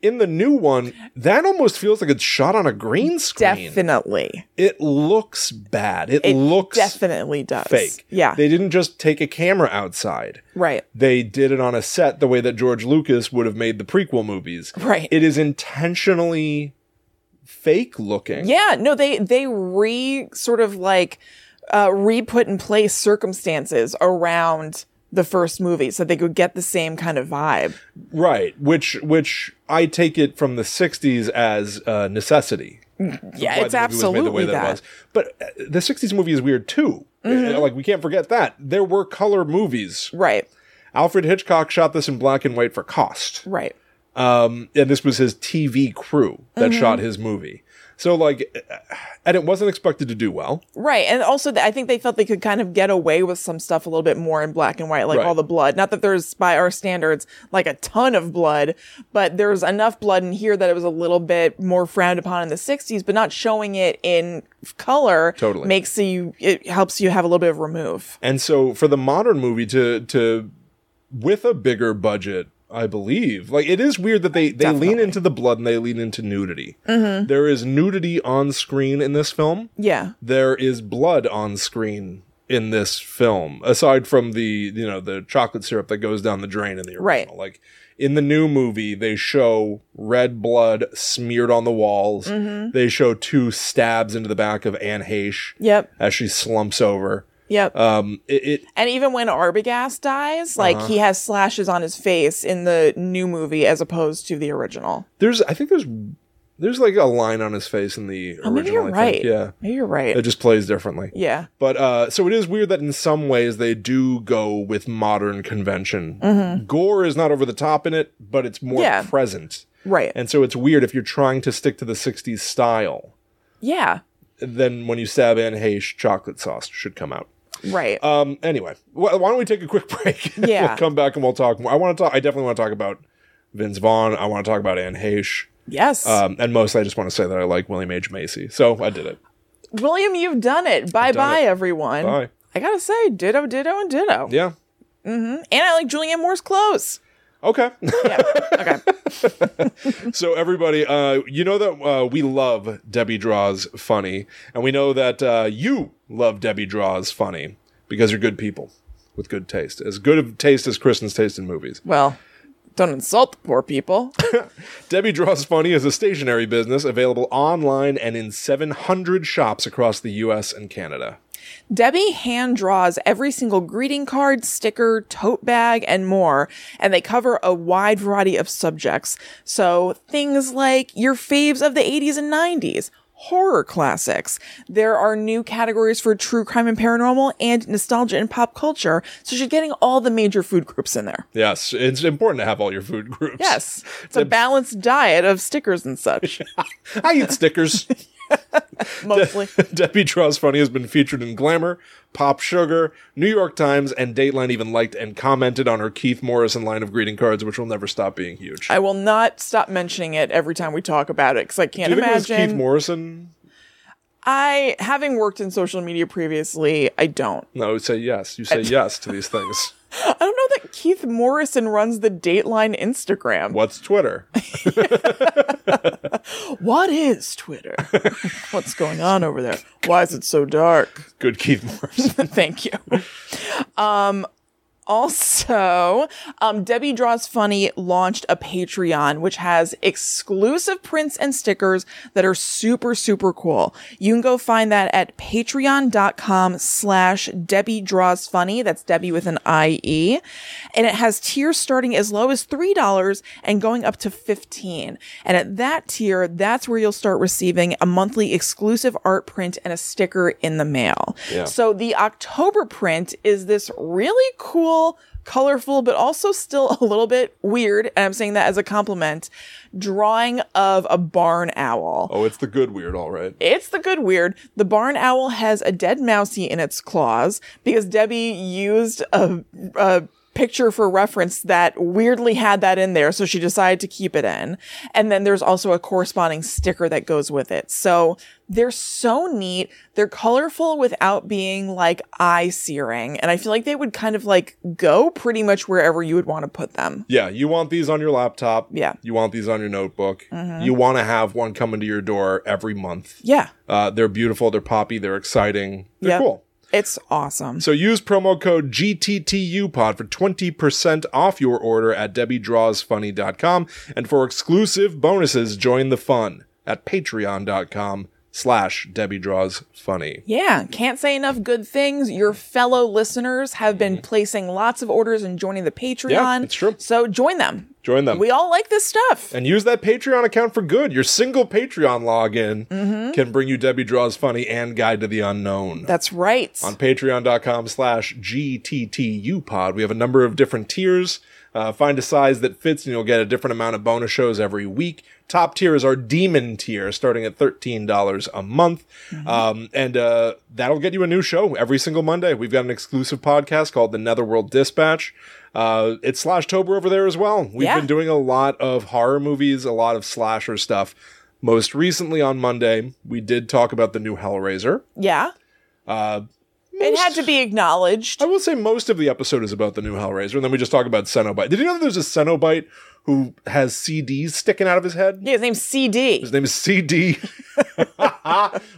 Speaker 2: in the new one, that almost feels like it's shot on a green screen.
Speaker 1: definitely,
Speaker 2: It looks bad. It,
Speaker 1: It
Speaker 2: looks
Speaker 1: definitely does.
Speaker 2: fake.
Speaker 1: Yeah,
Speaker 2: They didn't just take a camera outside.
Speaker 1: right.
Speaker 2: They did it on a set the way that George Lucas would have made the prequel movies.
Speaker 1: Right.
Speaker 2: It is intentionally fake looking.
Speaker 1: Yeah, no, they they re sort of like uh, re put in place circumstances around the first movie so they could get the same kind of vibe.
Speaker 2: Right. Which which I take it from the 60s as uh, necessity.
Speaker 1: Yeah, it's
Speaker 2: why the movie was made
Speaker 1: absolutely
Speaker 2: the way that. it was. But uh, the 60s movie is weird too.
Speaker 1: Mm-hmm.
Speaker 2: Uh, Like we can't forget that. There were color movies
Speaker 1: Right,
Speaker 2: Alfred Hitchcock shot this in black and white for cost.
Speaker 1: right. Mm-hmm.
Speaker 2: Um, and this was his TV crew that shot his movie. So like, uh, and it wasn't expected to do well.
Speaker 1: Right. And also, th- I think they felt they could kind of get away with some stuff a little bit more in black and white, like
Speaker 2: Right.
Speaker 1: all the blood. Not that there's, by our standards, like a ton of blood, but there's enough blood in here that it was a little bit more frowned upon in the 60s, but not showing it in color
Speaker 2: Totally.
Speaker 1: makes you, it helps you have a little bit of remove.
Speaker 2: And so for the modern movie to to with a bigger budget, I believe, like it is weird that they they lean
Speaker 1: Definitely.
Speaker 2: into the blood and they lean into nudity. Mm-hmm. There is nudity on screen in this film.
Speaker 1: Yeah.
Speaker 2: There is blood on screen in this film aside from the you know the chocolate syrup that goes down the drain in the original
Speaker 1: Right.
Speaker 2: like in the new movie they show red blood smeared on the walls
Speaker 1: Mm-hmm.
Speaker 2: they show two stabs into the back of anne heche
Speaker 1: Yep.
Speaker 2: as she slumps over
Speaker 1: Yep.
Speaker 2: um it, it
Speaker 1: And even when Arbogast dies, like
Speaker 2: Uh-huh.
Speaker 1: he has slashes on his face in the new movie as opposed to the original.
Speaker 2: There's, I think there's, there's like a line on his face in the original.
Speaker 1: Oh, maybe you're
Speaker 2: I think.
Speaker 1: right.
Speaker 2: Yeah,
Speaker 1: Maybe you're right.
Speaker 2: it just plays differently.
Speaker 1: yeah.
Speaker 2: But uh, so it is weird that in some ways they do go with modern convention. Gore is not over the top in it, but it's more
Speaker 1: Mm-hmm. Yeah.
Speaker 2: present,
Speaker 1: Right.
Speaker 2: and so it's weird if you're trying to stick to the '60s style.
Speaker 1: yeah.
Speaker 2: Then when you stab in, hey, sh- chocolate sauce should come out.
Speaker 1: Right.
Speaker 2: Um. Anyway, wh- why don't we take a quick break?
Speaker 1: Yeah.
Speaker 2: we'll come back and we'll talk more. I want to talk. I definitely want to talk about Vince Vaughn. I want to talk about Anne Heche.
Speaker 1: yes.
Speaker 2: Um, and mostly, I just want to say that I like William H. Macy. So I did it.
Speaker 1: William, you've done it. Bye
Speaker 2: done
Speaker 1: bye,
Speaker 2: it.
Speaker 1: everyone.
Speaker 2: Bye.
Speaker 1: I gotta say, ditto, ditto, and ditto.
Speaker 2: Yeah.
Speaker 1: And I like Julianne Moore's clothes.
Speaker 2: Okay.
Speaker 1: Yeah. okay.
Speaker 2: so, everybody, uh, you know that uh, we love Debbie Draws Funny. And we know that uh, you love Debbie Draws Funny because you're good people with good taste. As good of taste as Kristen's taste in movies.
Speaker 1: Well, don't insult the poor people.
Speaker 2: Debbie Draws Funny is a stationary business available online and in 700 shops across the U.S. and Canada.
Speaker 1: Debbie hand draws every single greeting card, sticker, tote bag, and more, and they cover a wide variety of subjects. So things like your faves of the 80s and 90s, horror classics. There are new categories for true crime and paranormal and nostalgia and pop culture. So you're getting all the major food groups in there.
Speaker 2: Yes, it's important to have all your food groups.
Speaker 1: Yes. It's a balanced diet of stickers and such,
Speaker 2: I eat Snickers.
Speaker 1: mostly.
Speaker 2: Debbie Draws Funny has been featured in Glamour, Pop Sugar, New York Times, and Dateline even liked and commented on her Keith Morrison line of greeting cards, which will never stop being huge.
Speaker 1: I will not stop mentioning it every time we talk about it because I can't
Speaker 2: Do you think
Speaker 1: imagine.
Speaker 2: it was Keith Morrison?
Speaker 1: I, having worked in social media previously, I don't.
Speaker 2: No, I would say yes. You say yes to these things.
Speaker 1: I don't know that Keith Morrison runs the Dateline Instagram.
Speaker 2: What's Twitter?
Speaker 1: what is Twitter? What's going on over there? Why is it so dark?
Speaker 2: Good Keith Morrison.
Speaker 1: Thank you. Um, also, um, Debbie Draws Funny launched a Patreon, which has exclusive prints and stickers that are super, super cool. You can go find that at patreon.com slash Debbie Draws Funny. That's Debbie with an IE. And it has tiers starting as low as $3 and going up to 15. And at that tier, that's where you'll start receiving a monthly exclusive art print and a sticker in the mail.
Speaker 2: Yeah.
Speaker 1: So the October print is this really cool, colorful, but also still a little bit weird. And I'm saying that as a compliment drawing of a barn owl.
Speaker 2: Oh, it's the good weird, all right.
Speaker 1: It's the good weird. The barn owl has a dead mousey in its claws because Debbie used a, a picture for reference that weirdly had that in there. So she decided to keep it in. And then there's also a corresponding sticker that goes with it. So they're so neat. They're colorful without being like eye searing. And I feel like they would kind of like go pretty much wherever you would want to put them.
Speaker 2: Yeah, you want these on your laptop.
Speaker 1: Yeah. Mm-hmm.
Speaker 2: You want these on your notebook. You want to have one coming to your door every month.
Speaker 1: Yeah.
Speaker 2: Uh, they're beautiful. They're poppy. They're exciting. They're
Speaker 1: Yep.
Speaker 2: cool.
Speaker 1: It's awesome.
Speaker 2: So use promo code GTTUPOD for 20% off your order at DebbieDrawsFunny.com. And for exclusive bonuses, join the fun at Patreon.com slash DebbieDrawsFunny.
Speaker 1: Yeah, can't say enough good things. Your fellow listeners have been placing lots of orders and joining the Patreon.
Speaker 2: Mm-hmm. Yeah, it's true.
Speaker 1: So join them.
Speaker 2: Join them.
Speaker 1: We all like this stuff.
Speaker 2: and use that Patreon account for good. Your single Patreon login can bring you Debbie Draws Funny and Guide to the Unknown.
Speaker 1: That's right.
Speaker 2: on patreon.com slass gttupod we have a number of different tiers Uh, find a size that fits, and you'll get a different amount of bonus shows every week. Top tier is our demon tier, starting at thirteen dollars a month, um, and uh, that'll get you a new show every single Monday. We've got an exclusive podcast called the Netherworld Dispatch. Uh, it's slash Tober over there as well. We've
Speaker 1: Yeah.
Speaker 2: been doing a lot of horror movies, a lot of slasher stuff. Most recently on Monday, we did talk about the new Hellraiser.
Speaker 1: Yeah.
Speaker 2: Uh,
Speaker 1: It had to be acknowledged.
Speaker 2: I will say most of the episode is about the new Hellraiser, and then we just talk about Cenobite. Did you know that there's a Cenobite who has CDs sticking out of his head?
Speaker 1: Yeah, his name's CD.
Speaker 2: His name is CD.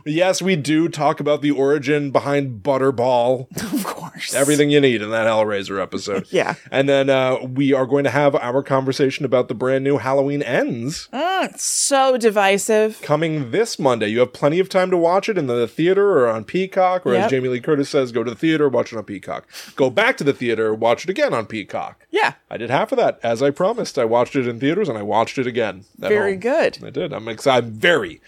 Speaker 2: yes, we do talk about the origin behind Butterball.
Speaker 1: Of course.
Speaker 2: Everything you need in that Hellraiser episode.
Speaker 1: Yeah.
Speaker 2: And then uh, we are going to have our conversation about the brand new Halloween Ends
Speaker 1: Mm, so divisive.
Speaker 2: coming this Monday. You have plenty of time to watch it in the theater or on Peacock, or as
Speaker 1: Yep.
Speaker 2: Jamie Lee Curtis says, go to the theater, watch it on Peacock. Go back to the theater, watch it again on Peacock.
Speaker 1: Yeah.
Speaker 2: I did half of that as I promised. I watched it in theaters and I watched it again. at
Speaker 1: Very
Speaker 2: home.
Speaker 1: good.
Speaker 2: I did. I'm ex- I'm very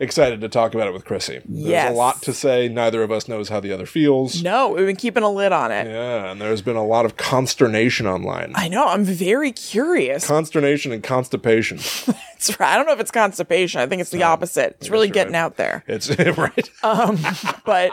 Speaker 2: excited to talk about it with Chrissy. There's
Speaker 1: Yes.
Speaker 2: a lot to say. Neither of us knows how the other feels.
Speaker 1: No, we've been keeping a lid on it.
Speaker 2: Yeah, and there's been a lot of consternation online.
Speaker 1: I know. I'm very curious.
Speaker 2: Consternation and constipation.
Speaker 1: It's- I don't know if it's constipation. I think it's the opposite. It's really
Speaker 2: you're
Speaker 1: getting
Speaker 2: right.
Speaker 1: out there.
Speaker 2: It's right.
Speaker 1: Uh, Um, But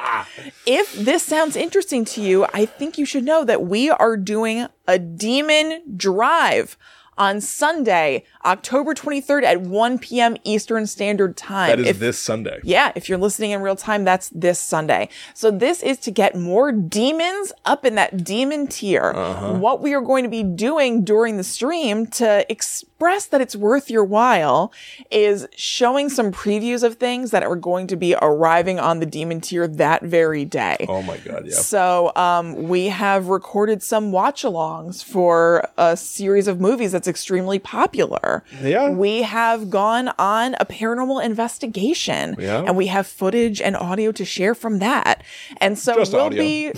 Speaker 1: if this sounds interesting to you, I think you should know that we are doing a demon drive on Sunday, October 23rd at 1 p.m. Eastern Standard Time.
Speaker 2: that is
Speaker 1: If-
Speaker 2: this Sunday.
Speaker 1: Yeah, if you're listening in real time, that's this Sunday. So this is to get more demons up in that demon tier. What we are going to be doing during the stream to express that it's worth your while is showing some previews of things that are going to be arriving on the demon tier that very day.
Speaker 2: Oh my god, yeah.
Speaker 1: So um, we have recorded some watch-alongs for a series of movies that's extremely popular.
Speaker 2: Yeah.
Speaker 1: we have gone on a paranormal investigation,
Speaker 2: Yeah.
Speaker 1: and we have footage and audio to share from that. And so
Speaker 2: Just
Speaker 1: we'll
Speaker 2: audio.
Speaker 1: be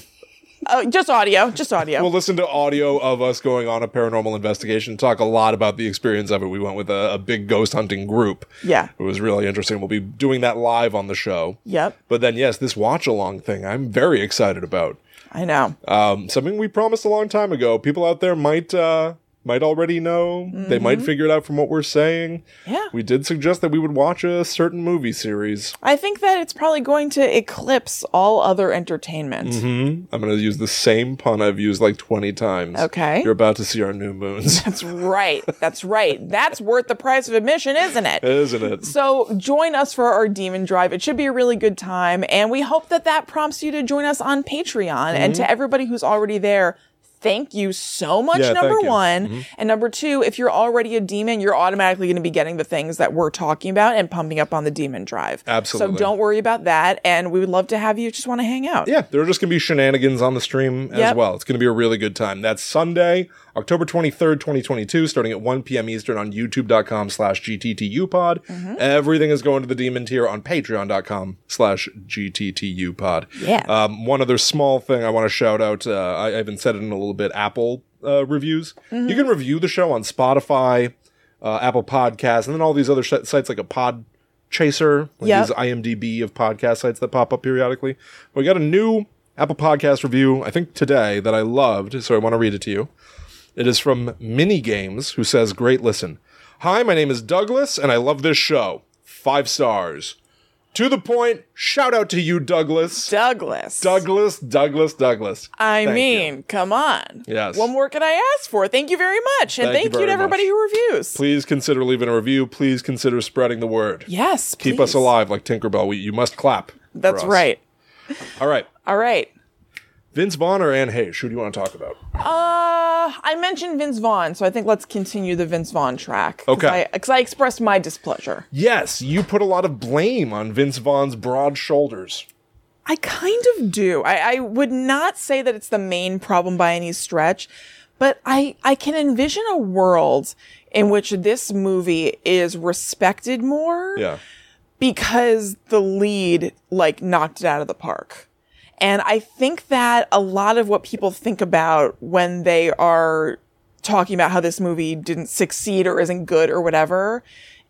Speaker 1: uh, just audio, just audio.
Speaker 2: We'll listen to audio of us going on a paranormal investigation. Talk a lot about the experience of it. We went with a, a big ghost hunting group.
Speaker 1: yeah,
Speaker 2: It was really interesting. We'll be doing that live on the show.
Speaker 1: yep,
Speaker 2: But then, yes, this watch along thing I'm very excited about.
Speaker 1: I know.
Speaker 2: Um, something we promised a long time ago. People out there might uh, might already know. They might
Speaker 1: Mm-hmm.
Speaker 2: figure it out from what we're saying.
Speaker 1: Yeah.
Speaker 2: We did suggest that we would watch a certain movie series.
Speaker 1: I think that it's probably going to eclipse all other entertainment.
Speaker 2: Hmm? I'm going to use the same pun I've used like 20 times.
Speaker 1: Okay.
Speaker 2: You're about to see our new moons,
Speaker 1: That's right. That's right. That's worth the price of admission, isn't it?
Speaker 2: isn't it?
Speaker 1: So join us for our demon drive. It should be a really good time. And we hope that that prompts you to join us on Patreon. And to everybody who's already there, thank you so much,
Speaker 2: Mm-hmm. Yeah,
Speaker 1: number
Speaker 2: thank you. Mm-hmm.
Speaker 1: one. And number two, if you're already a demon, you're automatically going to be getting the things that we're talking about and pumping up on the demon drive.
Speaker 2: Absolutely.
Speaker 1: So don't worry about that. And we would love to have you just want to hang out.
Speaker 2: Yeah, there are just going to be shenanigans on the stream as
Speaker 1: Yep.
Speaker 2: well. It's going to be a really good time. That's Sunday, October 23rd, 2022, starting at 1 p.m. Eastern on youtube.com slash gttupod.
Speaker 1: Mm-hmm.
Speaker 2: Everything is going to the demon tier on patreon.com slash gttupod.
Speaker 1: Yeah.
Speaker 2: Um, one other small thing I want to shout out, uh, I, I haven't said it in a little bit, Apple uh, reviews.
Speaker 1: Mm-hmm.
Speaker 2: You can review the show on Spotify, uh, Apple Podcasts, and then all these other sh- sites like a pod chaser, like
Speaker 1: Yep.
Speaker 2: these IMDb of podcast sites that pop up periodically. We got a new Apple Podcast review, I think today, that I loved, so I want to read it to you. It is from Mini Games, who says, Great listen. Hi, my name is Douglas, and I love this show. Five stars. To the point, shout out to you, Douglas.
Speaker 1: Douglas.
Speaker 2: Douglas, Douglas, Douglas.
Speaker 1: I
Speaker 2: Thank
Speaker 1: mean,
Speaker 2: you.
Speaker 1: come on.
Speaker 2: Yes.
Speaker 1: What more could I ask for? Thank you very much. And
Speaker 2: Thank you
Speaker 1: thank, you to
Speaker 2: very
Speaker 1: everybody
Speaker 2: much.
Speaker 1: who reviews.
Speaker 2: please consider leaving a review. Please consider spreading the word.
Speaker 1: Yes.
Speaker 2: Keep us
Speaker 1: please.
Speaker 2: alive like Tinkerbell. We, you must clap. for
Speaker 1: That's
Speaker 2: us.
Speaker 1: right.
Speaker 2: All right.
Speaker 1: All right.
Speaker 2: Vince Vaughn or Anne Heche? Who do you want to talk about?
Speaker 1: Uh, I mentioned Vince Vaughn, so I think let's continue the Vince Vaughn track.
Speaker 2: Okay.
Speaker 1: Because I, expressed my displeasure.
Speaker 2: Yes, you put a lot of blame on Vince Vaughn's broad shoulders.
Speaker 1: I kind of do. I, I would not say that it's the main problem by any stretch, but I, I can envision a world in which this movie is respected more.
Speaker 2: Yeah.
Speaker 1: because the lead like knocked it out of the park. And I think that a lot of what people think about when they are talking about how this movie didn't succeed or isn't good or whatever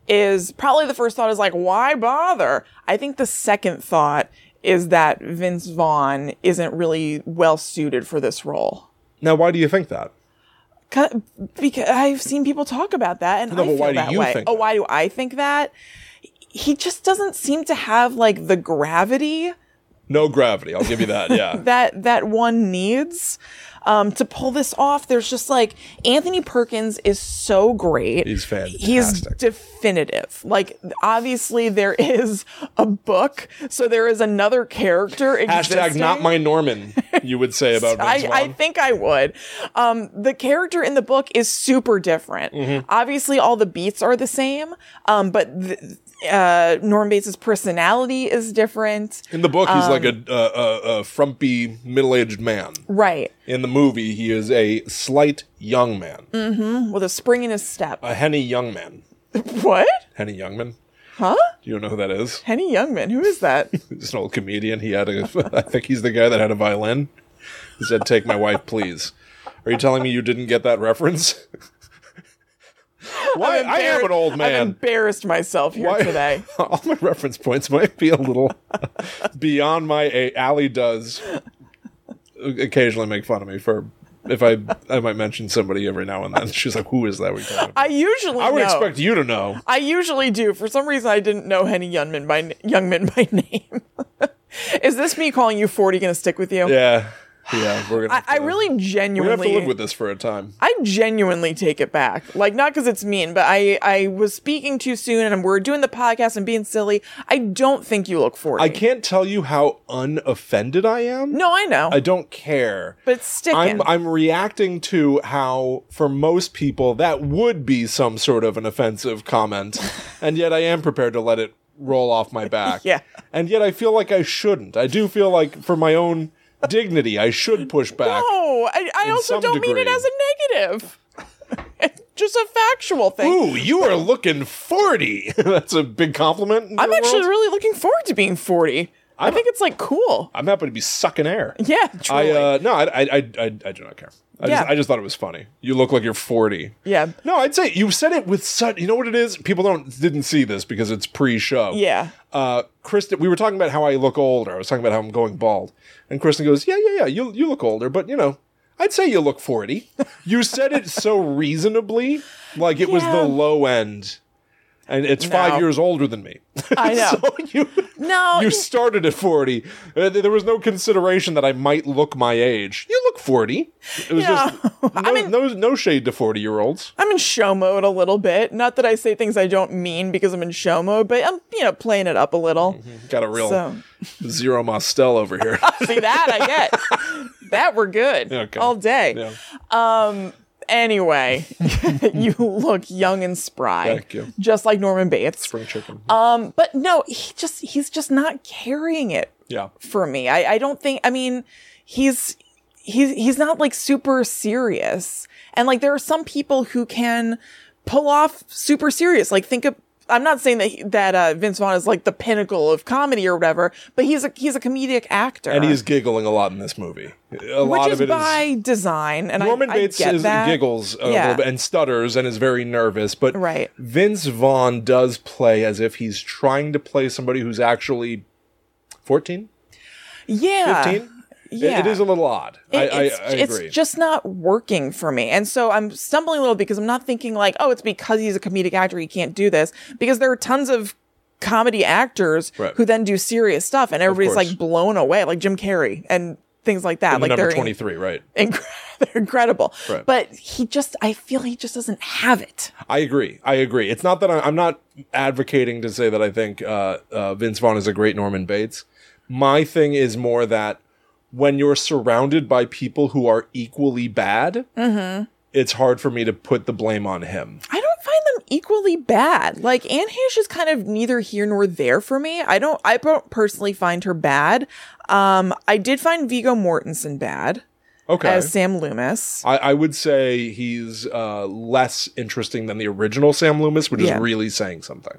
Speaker 1: is probably the first thought is like, why bother? I think the second thought is that Vince Vaughn isn't really well suited for this role.
Speaker 2: Now, why do you think that?
Speaker 1: Ca- Because I've seen people talk about that, and
Speaker 2: No,
Speaker 1: I
Speaker 2: but
Speaker 1: feel
Speaker 2: why do
Speaker 1: that
Speaker 2: you
Speaker 1: way.
Speaker 2: think
Speaker 1: oh,
Speaker 2: that?
Speaker 1: why do I think that? He just doesn't seem to have like the gravity
Speaker 2: No gravity. I'll give you that. Yeah.
Speaker 1: that that one needs um, to pull this off. There's just like Anthony Perkins is so great.
Speaker 2: He's fantastic.
Speaker 1: He's definitive. Like obviously there is a book, so there is another character.
Speaker 2: Hashtag
Speaker 1: existing.
Speaker 2: not my Norman. You would say about Vince
Speaker 1: I, I
Speaker 2: Vaughn.
Speaker 1: think I would. Um, the character in the book is super different.
Speaker 2: Mm-hmm.
Speaker 1: Obviously, all the beats are the same, um, but th- uh, Norm Bates' personality is different.
Speaker 2: in the book, he's like
Speaker 1: um,
Speaker 2: a, a, a, a frumpy middle-aged man.
Speaker 1: Right.
Speaker 2: In the movie, he is a slight young man,
Speaker 1: Mm. With a spring in his step.
Speaker 2: a Henny Youngman.
Speaker 1: What?
Speaker 2: Henny Youngman.
Speaker 1: Huh?
Speaker 2: Do you know who that is?
Speaker 1: Henny Youngman. Who is that?
Speaker 2: He's an old comedian. He had a. I think he's the guy that had a violin. He said, "Take my wife, please." Are you telling me you didn't get that reference? Why?
Speaker 1: I'm
Speaker 2: I am
Speaker 1: embarrassed-
Speaker 2: an old
Speaker 1: I've
Speaker 2: man.
Speaker 1: embarrassed myself here
Speaker 2: Why-
Speaker 1: today.
Speaker 2: All my reference points might be a little beyond my. A- Allie does occasionally make fun of me for if I I might mention somebody every now and then. She's like, "Who is that?" We talking about?
Speaker 1: I usually
Speaker 2: I would
Speaker 1: know.
Speaker 2: expect you to know.
Speaker 1: I usually do. For some reason, I didn't know Henny Youngman by Youngman by name. is this me calling you forty going to stick with you?
Speaker 2: Yeah, yeah. We're gonna.
Speaker 1: I,
Speaker 2: have
Speaker 1: I
Speaker 2: to-
Speaker 1: really
Speaker 2: We have
Speaker 1: genuinely
Speaker 2: to live with this for a time.
Speaker 1: I genuinely take it back. Like not because it's mean, but I I was speaking too soon and we're doing the podcast and being silly. I don't think you look forty.
Speaker 2: I can't tell you how unoffended I am.
Speaker 1: No, I know,
Speaker 2: I don't care.
Speaker 1: but it's sticking.
Speaker 2: I'm I'm reacting to how for most people that would be some sort of an offensive comment, and yet I am prepared to let it roll off my back.
Speaker 1: Yeah.
Speaker 2: And yet I feel like I shouldn't. I do feel like for my own dignity I should push back.
Speaker 1: no, I, I also
Speaker 2: some
Speaker 1: don't mean it
Speaker 2: degree.
Speaker 1: as a negative. It's Just a factual thing.
Speaker 2: Ooh, you are looking 40. That's a big compliment. in
Speaker 1: I'm
Speaker 2: the
Speaker 1: actually
Speaker 2: world.
Speaker 1: really looking forward to being 40. i
Speaker 2: I'm-
Speaker 1: think it's like cool.
Speaker 2: I'm happy to be sucking air.
Speaker 1: Yeah,
Speaker 2: I
Speaker 1: truly.
Speaker 2: uh, no, I, I I I I do not care. I,
Speaker 1: Yeah.
Speaker 2: just, I just thought it was funny. You look like you're 40.
Speaker 1: yeah.
Speaker 2: No, I'd say you said it with such. You know what it is? People don't didn't see this because it's pre-show.
Speaker 1: Yeah.
Speaker 2: Uh, Kristen, we were talking about how I look older. I was talking about how I'm going bald, and Kristen goes, "Yeah, yeah, yeah. You you look older, but you know, I'd say you look 40." You said it so reasonably, like it was
Speaker 1: Yeah.
Speaker 2: the low end, and it's five
Speaker 1: No.
Speaker 2: years older than me.
Speaker 1: I know.
Speaker 2: so you
Speaker 1: No.
Speaker 2: you started at 40. Uh, th- There was no consideration that I might look my age. You look 40. It was
Speaker 1: Yeah.
Speaker 2: just no, no, no shade to 40 year olds.
Speaker 1: I'm in show mode a little bit. Not that I say things I don't mean because I'm in show mode, but I'm, you know, playing it up a little.
Speaker 2: Got a real
Speaker 1: So.
Speaker 2: zero mostel over here.
Speaker 1: See that I get. that we're good
Speaker 2: Okay.
Speaker 1: all day.
Speaker 2: Yeah.
Speaker 1: Anyway, you look young and spry,
Speaker 2: Thank you.
Speaker 1: just like Norman Bates.
Speaker 2: Spring chicken.
Speaker 1: Um, but no, he just he's just not carrying it
Speaker 2: yeah.
Speaker 1: for me. I, I don't think. I mean, he's he's he's not like super serious, and like there are some people who can pull off super serious. Like think of. I'm not saying that he- that uh, Vince Vaughn is like the pinnacle of comedy or whatever, but he's a he's a comedic actor,
Speaker 2: And he's giggling a lot in this movie. A
Speaker 1: which
Speaker 2: lot
Speaker 1: is
Speaker 2: of it is
Speaker 1: by design. And
Speaker 2: Norman
Speaker 1: I,
Speaker 2: Bates
Speaker 1: I get
Speaker 2: is,
Speaker 1: that.
Speaker 2: giggles uh, a
Speaker 1: Yeah.
Speaker 2: little bit and stutters and is very nervous, but
Speaker 1: Right.
Speaker 2: Vince Vaughn does play as if he's trying to play somebody who's actually 14,
Speaker 1: Yeah,
Speaker 2: 15.
Speaker 1: yeah.
Speaker 2: it is a little odd. I,
Speaker 1: It- it's,
Speaker 2: I, I
Speaker 1: it's
Speaker 2: agree.
Speaker 1: just not working for me. And so I'm stumbling a little because I'm not thinking like, oh, it's because he's a comedic actor, he can't do this. Because there are tons of comedy actors
Speaker 2: Right.
Speaker 1: who then do serious stuff and everybody's
Speaker 2: course.
Speaker 1: like blown away, like Jim Carrey and things like that.
Speaker 2: The
Speaker 1: like
Speaker 2: number
Speaker 1: they're, in-
Speaker 2: 23, right.
Speaker 1: inc- they're incredible.
Speaker 2: Right.
Speaker 1: But he just, I feel he just doesn't have it.
Speaker 2: I agree. I agree. It's not that I, I'm not advocating to say that I think uh, uh, Vince Vaughn is a great Norman Bates. My thing is more that when you're surrounded by people who are equally bad,
Speaker 1: Mm-hmm.
Speaker 2: it's hard for me to put the blame on him.
Speaker 1: I don't find them equally bad. Like Anne Heche is kind of neither here nor there for me. I don't I don't personally find her bad. Um I did find Vigo Mortensen bad
Speaker 2: Okay.
Speaker 1: as Sam Loomis.
Speaker 2: I, I would say he's uh, less interesting than the original Sam Loomis, which
Speaker 1: Yeah. Mm.
Speaker 2: is really saying something.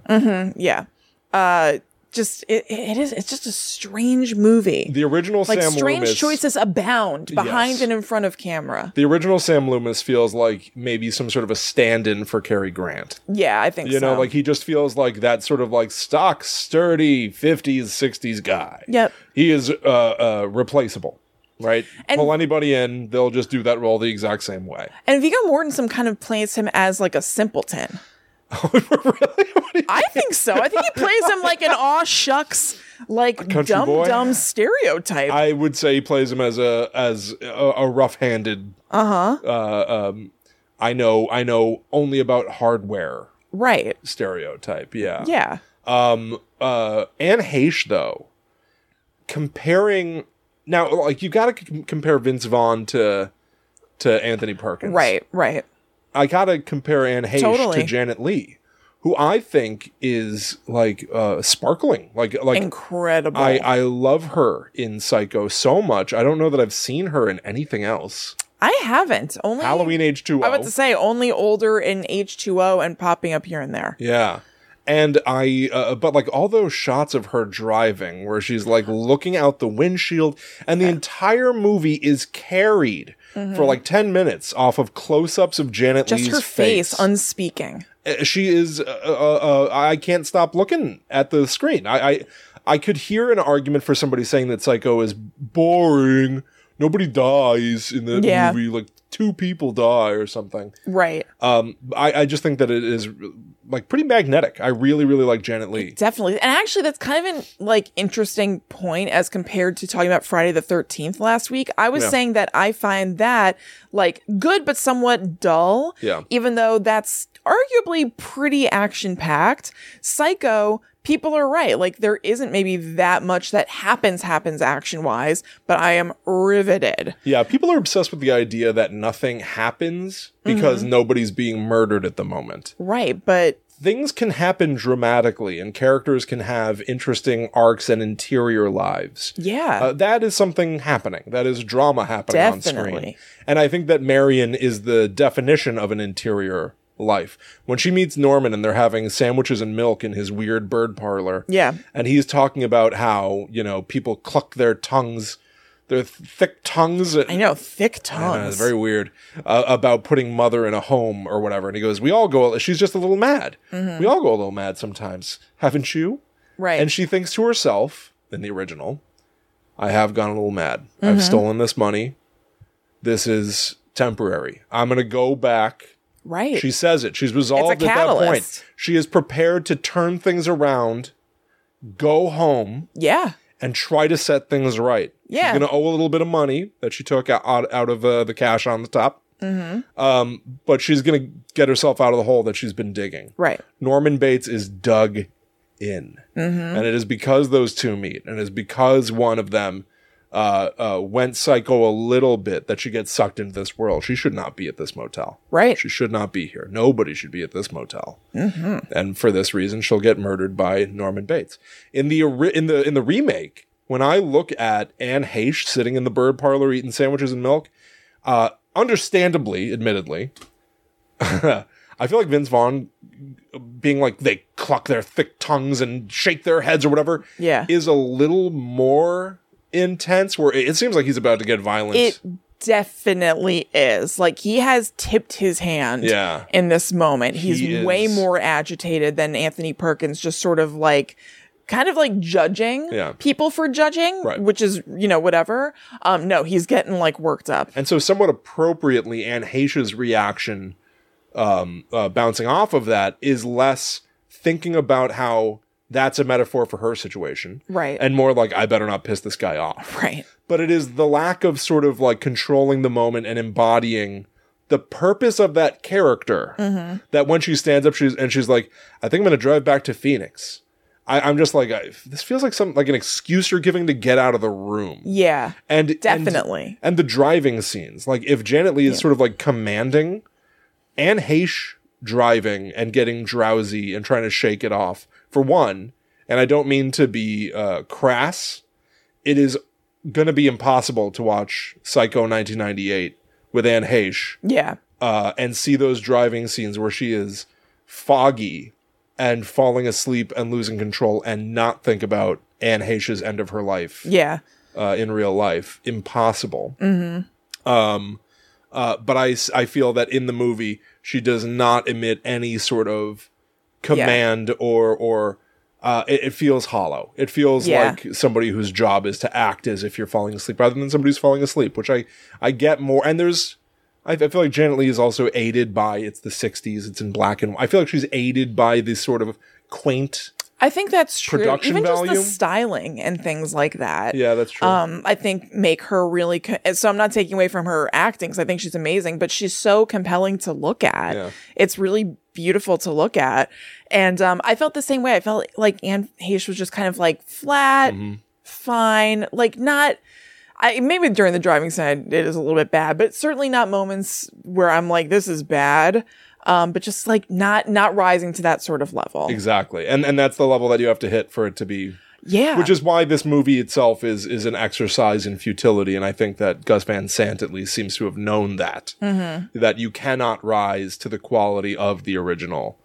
Speaker 1: Yeah. Uh just it, it is it's just a strange movie.
Speaker 2: The original
Speaker 1: like
Speaker 2: Sam
Speaker 1: strange
Speaker 2: Loomis.
Speaker 1: choices abound behind
Speaker 2: Yes.
Speaker 1: and in front of camera.
Speaker 2: The original Sam Loomis feels like maybe some sort of a stand in for Cary Grant.
Speaker 1: Yeah, I think
Speaker 2: You
Speaker 1: so.
Speaker 2: know, like he just feels like that sort of like stock, sturdy 50s, 60s guy.
Speaker 1: Yep.
Speaker 2: He is uh, uh, replaceable. right?
Speaker 1: And-
Speaker 2: Pull anybody in, they'll just do that role the exact same way.
Speaker 1: And Viggo Mortensen kind of plays him as like a simpleton.
Speaker 2: really? What do you-
Speaker 1: I think so. I think he plays him like an aw shucks, like
Speaker 2: country
Speaker 1: dumb
Speaker 2: boy?
Speaker 1: dumb stereotype.
Speaker 2: I would say he plays him as a as a, a rough-handed.
Speaker 1: uh huh.
Speaker 2: Uh, um, I know, I know only about hardware
Speaker 1: Right.
Speaker 2: stereotype. Yeah,
Speaker 1: Yeah.
Speaker 2: Um, uh, Anne Heche though, comparing now, like you got to c- compare Vince Vaughn to to Anthony Perkins,
Speaker 1: Right. Right.
Speaker 2: I gotta compare Anne Heche
Speaker 1: Totally.
Speaker 2: to Janet Lee, who I think is like uh, sparkling. Like like
Speaker 1: Incredible.
Speaker 2: I
Speaker 1: I,
Speaker 2: I love her in Psycho so much. I don't know that I've seen her in anything else.
Speaker 1: haven't. Only
Speaker 2: Halloween Age two oh.
Speaker 1: I was to
Speaker 2: O.
Speaker 1: say only older in H two O and popping up here and there.
Speaker 2: Yeah. And I, uh, but like all those shots of her driving where she's like looking out the windshield, and the entire movie is carried for like 10 minutes off of close ups of Janet
Speaker 1: Mm-hmm. Just
Speaker 2: Lee's
Speaker 1: her face, unspeaking.
Speaker 2: Uh, she is uh, uh, uh, i can't stop looking at the screen I, I i could hear an argument for somebody saying that psycho is boring nobody dies in the
Speaker 1: Yeah.
Speaker 2: movie like two people die or something
Speaker 1: Right.
Speaker 2: um I, I just think that it is like pretty magnetic i really really like janet lee
Speaker 1: Definitely. And actually that's kind of an like interesting point as compared to talking about Friday the 13th last week. I was
Speaker 2: Yeah.
Speaker 1: saying that I find that like good but somewhat dull.
Speaker 2: Yeah.
Speaker 1: Even though that's arguably pretty action packed. Psycho People are right. Like there isn't maybe that much that happens happens action wise, but I am riveted.
Speaker 2: yeah people are obsessed with the idea that nothing happens because
Speaker 1: Mm-hmm.
Speaker 2: nobody's being murdered at the moment
Speaker 1: Right, but
Speaker 2: things can happen dramatically and characters can have interesting arcs and interior lives
Speaker 1: yeah.
Speaker 2: Uh, that is something happening. That is drama happening on screen.
Speaker 1: Definitely.
Speaker 2: And I think that Marion is the definition of an interior life. When she meets Norman and they're having sandwiches and milk in his weird bird parlor.
Speaker 1: Yeah.
Speaker 2: And he's talking about how, you know, people cluck their tongues, their th- thick tongues.
Speaker 1: I know, thick
Speaker 2: Uh, it's
Speaker 1: tongues.
Speaker 2: very weird uh, about putting mother in a home or whatever. And he goes, We all go, she's just a little mad.
Speaker 1: Mm-hmm.
Speaker 2: We all go a little mad sometimes, haven't you?
Speaker 1: right.
Speaker 2: And she thinks to herself, in the original, I have gone a little mad.
Speaker 1: Mm-hmm.
Speaker 2: I've stolen this money. This is temporary. I'm going to go back.
Speaker 1: right.
Speaker 2: She says it. She's resolved at that
Speaker 1: catalyst.
Speaker 2: point. She is prepared to turn things around, go home,
Speaker 1: yeah.
Speaker 2: and try to set things right.
Speaker 1: Yeah.
Speaker 2: She's going to owe a little bit of money that she took out, out, out of uh, the cash on the top. Um, but she's going to get herself out of the hole that she's been digging.
Speaker 1: Right.
Speaker 2: Norman Bates is dug in. And it is because those two meet, and it is because one of them uh, uh, went psycho a little bit that she gets sucked into this world. She should not be at this motel.
Speaker 1: Right.
Speaker 2: She should not be here. Nobody should be at this motel.
Speaker 1: Mm-hmm.
Speaker 2: And for this reason, she'll get murdered by Norman Bates. In the ori- in the in the remake, when I look at Anne Heche sitting in the bird parlor eating sandwiches and milk, uh, understandably, admittedly, I feel like Vince Vaughn being like they cluck their thick tongues and shake their heads or whatever
Speaker 1: Yeah.
Speaker 2: is a little more intense where it, it seems like he's about to get violent.
Speaker 1: It definitely is. Like he has tipped his hand
Speaker 2: yeah.
Speaker 1: in this moment. He's
Speaker 2: He is-
Speaker 1: way more agitated than Anthony Perkins just sort of like kind of like judging
Speaker 2: Yeah.
Speaker 1: people for judging,
Speaker 2: Right.
Speaker 1: which is, you know, whatever. Um no, he's getting like worked up.
Speaker 2: And so, somewhat appropriately, Anne Heche's reaction, um, uh, bouncing off of that, is less thinking about how that's a metaphor for her situation,
Speaker 1: Right.
Speaker 2: and more like I better not piss this guy off.
Speaker 1: right.
Speaker 2: But it is the lack of sort of like controlling the moment and embodying the purpose of that character.
Speaker 1: Mm-hmm.
Speaker 2: That when she stands up, she's and she's like, I think I'm gonna drive back to Phoenix. I, I'm just like, I, this feels like some like an excuse you're giving to get out of the room
Speaker 1: Yeah.
Speaker 2: and and-
Speaker 1: Definitely.
Speaker 2: and, the driving scenes like if janet lee is sort of like commanding and Heche driving and getting drowsy and trying to shake it off for one and i don't mean to be uh, crass it is going to be impossible to watch psycho 1998 with anne Heche
Speaker 1: Yeah.
Speaker 2: uh, and see those driving scenes where she is foggy and falling asleep and losing control and not think about anne Heche's end of her life
Speaker 1: Yeah.
Speaker 2: uh, in real life. Impossible. Mm-hmm. Um, uh, but I, s- I feel that in the movie, she does not emit any sort of command or or uh, it, it feels hollow. It feels
Speaker 1: Yeah.
Speaker 2: like somebody whose job is to act as if you're falling asleep, rather than somebody who's falling asleep. Which I I get more. And there's I, I feel like Janet Lee is also aided by it's the '60s. It's in black and I feel like she's aided by this sort of quaint.
Speaker 1: I think that's true.
Speaker 2: Production
Speaker 1: Even just
Speaker 2: value?
Speaker 1: the styling and things like that.
Speaker 2: Yeah, that's true.
Speaker 1: Um, I think make her really. Co- and so I'm not taking away from her acting because I think she's amazing, but she's so compelling to look at.
Speaker 2: Yeah.
Speaker 1: It's really beautiful to look at, and um, I felt the same way. I felt like Anne Heche was just kind of like flat,
Speaker 2: Mm-hmm.
Speaker 1: fine, like not. I maybe during the driving scene it is a little bit bad, but certainly not moments where I'm like this is bad. Um, but just like not not rising to that sort of level.
Speaker 2: exactly, and and that's the level that you have to hit for it to be
Speaker 1: Yeah.
Speaker 2: which is why this movie itself is is an exercise in futility and i think that gus van sant at least seems to have known that that you cannot rise to the quality of the original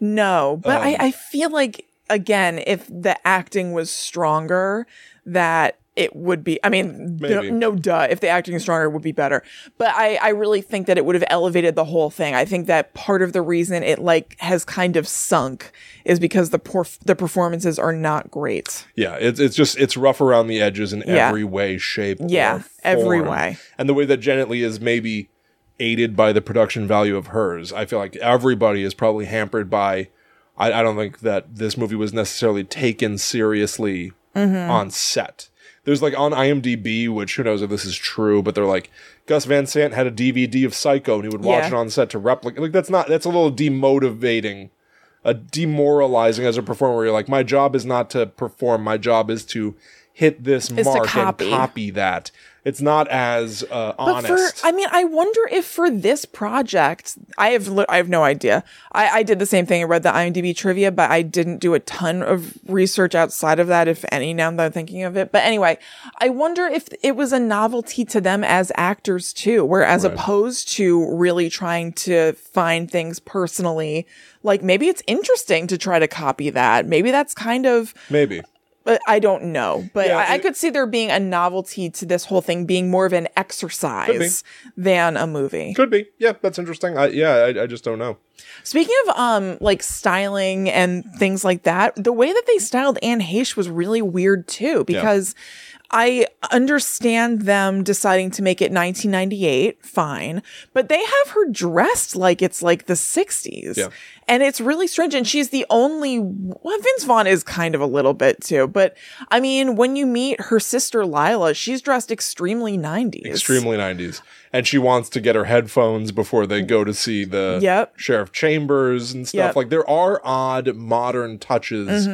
Speaker 1: No, but I, I feel like again, if the acting was stronger, that it would be. I mean, no,
Speaker 2: Maybe.
Speaker 1: no duh. If the acting is stronger, it would be better. But I, I really think that it would have elevated the whole thing. I think that part of the reason it like has kind of sunk is because the perf- the performances are not great.
Speaker 2: yeah it's, it's just it's rough around the edges in
Speaker 1: Yeah.
Speaker 2: every way shape
Speaker 1: Yeah,
Speaker 2: or form.
Speaker 1: every way.
Speaker 2: and the way that janet lee is maybe aided by the production value of hers i feel like everybody is probably hampered by i, I don't think that this movie was necessarily taken seriously
Speaker 1: Mm-hmm.
Speaker 2: on set. There's like on IMDb, which who knows if this is true, but they're like Gus Van Sant had a DVD of Psycho and he would watch
Speaker 1: Yeah.
Speaker 2: it on set to replicate. Like that's not that's a little demotivating, a demoralizing as a performer. Where you're like, my job is not to perform. My job is to hit this
Speaker 1: to
Speaker 2: mark
Speaker 1: copy.
Speaker 2: and copy that. It's not as uh,
Speaker 1: But
Speaker 2: honest.
Speaker 1: for, I mean, I wonder if for this project, I have, li- I have no idea. I, I did the same thing. I read the IMDb trivia, but I didn't do a ton of research outside of that, if any, now that I'm thinking of it. But anyway, I wonder if it was a novelty to them as actors too, where as opposed to really trying to find things personally, like maybe it's interesting to try to copy that. Maybe that's kind of,
Speaker 2: Maybe.
Speaker 1: but I don't know. But
Speaker 2: Yeah,
Speaker 1: I, I
Speaker 2: it-
Speaker 1: could see there being a novelty to this whole thing being more of an exercise than a movie.
Speaker 2: Could be. Yeah, that's interesting. I, yeah, I, I just don't know.
Speaker 1: Speaking of um like styling and things like that, the way that they styled Anne Heche was really weird too because I understand them deciding to make it 1998, fine, but they have her dressed like it's like the 60s.
Speaker 2: Yeah.
Speaker 1: And it's really strange. And she's the only, well, Vince Vaughn is kind of a little bit too, but I mean, when you meet her sister Lila, she's dressed extremely 90s.
Speaker 2: extremely 90s and she wants to get her headphones before they go to see the
Speaker 1: Yep.
Speaker 2: sheriff chambers and stuff
Speaker 1: Yep. Mm-hmm.
Speaker 2: like there are odd modern touches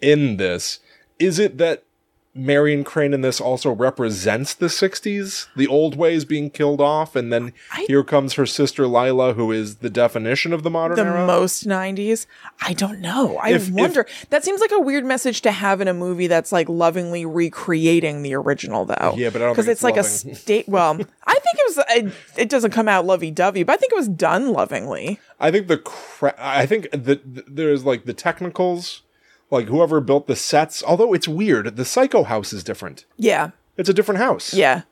Speaker 2: in this is it that marion crane in this also represents the 60s the old ways being killed off and then here comes her sister lila who is the definition of the modern
Speaker 1: the
Speaker 2: era
Speaker 1: most 90s i don't know i
Speaker 2: If- if-
Speaker 1: wonder that seems like a weird message to have in a movie that's like lovingly recreating the original though
Speaker 2: Yeah, but I don't
Speaker 1: because it's,
Speaker 2: think it's
Speaker 1: like
Speaker 2: loving.
Speaker 1: a state well i think it was it, it doesn't come out lovey-dovey but i think it was done lovingly
Speaker 2: I think the cra- I think the, the there's like the technicals like whoever built the sets although it's weird the psycho house is different
Speaker 1: yeah
Speaker 2: it's a different house
Speaker 1: yeah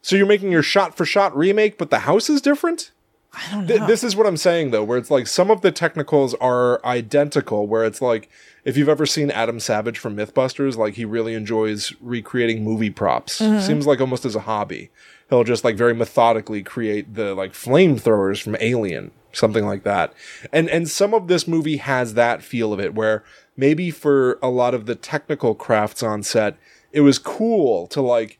Speaker 2: So you're making your shot for shot remake, but the house is different? I don't know. this is what I'm saying though, where it's like some of the technicals are identical, where it's like if you've ever seen Adam Savage from Mythbusters, like he really enjoys recreating movie props. Seems like almost as a hobby. He'll just like very methodically create the like flamethrowers from Alien, something like that. And and some of this movie has that feel of it where maybe for a lot of the technical crafts on set, it was cool to like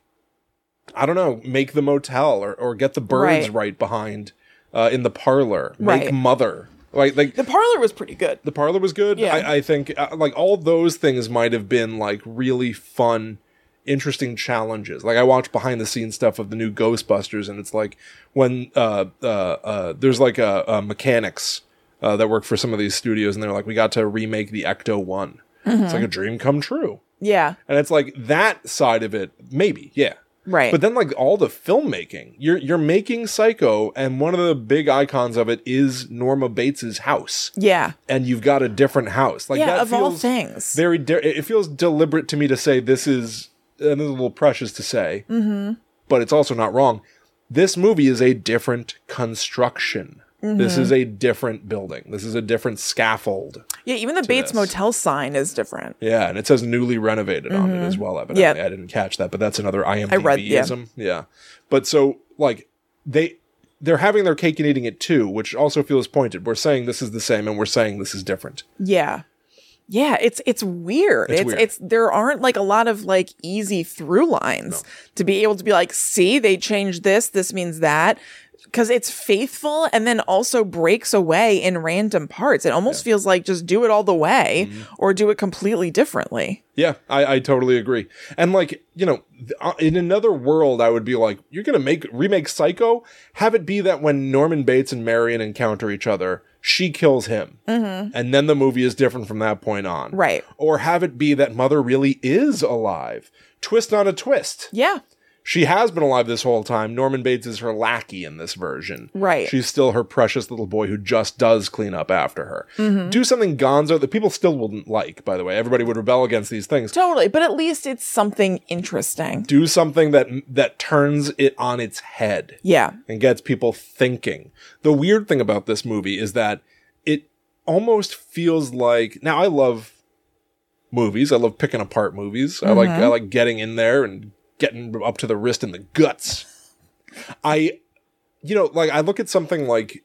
Speaker 2: I don't know, make the motel or, or get the birds
Speaker 1: Right.
Speaker 2: right, behind uh, in the parlor. Make
Speaker 1: Right.
Speaker 2: mother. Like like
Speaker 1: the parlor was pretty good
Speaker 2: the parlor was good.
Speaker 1: Yeah.
Speaker 2: I, I think uh, like all those things might have been like really fun, interesting challenges. Like I watched behind the scenes stuff of the new Ghostbusters, and it's like when uh, uh, uh, there's like uh, uh, mechanics uh, that work for some of these studios, and they're like, we got to remake the Ecto One. It's
Speaker 1: Mm-hmm.
Speaker 2: like a dream come true,
Speaker 1: yeah
Speaker 2: and it's like that side of it. Maybe yeah.
Speaker 1: right
Speaker 2: But then like all the filmmaking, you're you're making Psycho, and one of the big icons of it is Norma Bates's house,
Speaker 1: yeah
Speaker 2: and you've got a different house. Like
Speaker 1: yeah
Speaker 2: that
Speaker 1: of
Speaker 2: feels
Speaker 1: all things
Speaker 2: very. De- it feels deliberate to me to say this is and this is a little precious to say, mm-hmm. but it's also not wrong. This movie is a
Speaker 1: Mm-hmm.
Speaker 2: different construction. This is a different building. This is a different scaffold.
Speaker 1: Yeah, even the Bates
Speaker 2: this.
Speaker 1: Motel sign is different.
Speaker 2: Yeah, and it says newly renovated on it as well. Evidently, I didn't catch that, but that's another IMDbism.
Speaker 1: Mm-hmm. read- yeah.
Speaker 2: yeah, but so like they they're having their cake and eating it too, which also feels pointed. We're saying this is the same, and we're saying this is different.
Speaker 1: Yeah. Yeah, it's it's weird.
Speaker 2: It's
Speaker 1: It's it's,
Speaker 2: weird.
Speaker 1: there aren't like a lot of like easy through lines to be able to be like, see, they changed this, this means that. Cause it's faithful and then also breaks away in random parts. It almost feels like just do it all the way
Speaker 2: Mm-hmm.
Speaker 1: or do it completely differently.
Speaker 2: Yeah, I, I totally agree. And like you know, th- uh, in another world, I would be like, you're gonna make remake Psycho, have it be that when Norman Bates and Marion encounter each other, she kills him, and then the movie is different from that point on.
Speaker 1: Mm-hmm. Right.
Speaker 2: Or have it be that Mother really is alive. Twist on a twist.
Speaker 1: Yeah.
Speaker 2: She has been alive this whole time. Norman Bates is her lackey in this version.
Speaker 1: Right.
Speaker 2: She's still her precious little boy who just does clean up after her.
Speaker 1: Mm-hmm.
Speaker 2: Do something gonzo that people still wouldn't like, by the way. Everybody would rebel against these things.
Speaker 1: Totally. But at least it's something interesting.
Speaker 2: Do something that that turns it on its head
Speaker 1: Yeah.
Speaker 2: and gets people thinking. The weird thing about this movie is that it almost feels like now I love movies. I love picking apart movies. I like I like getting in there and getting up to the wrist in the guts. I you know, like I look at something like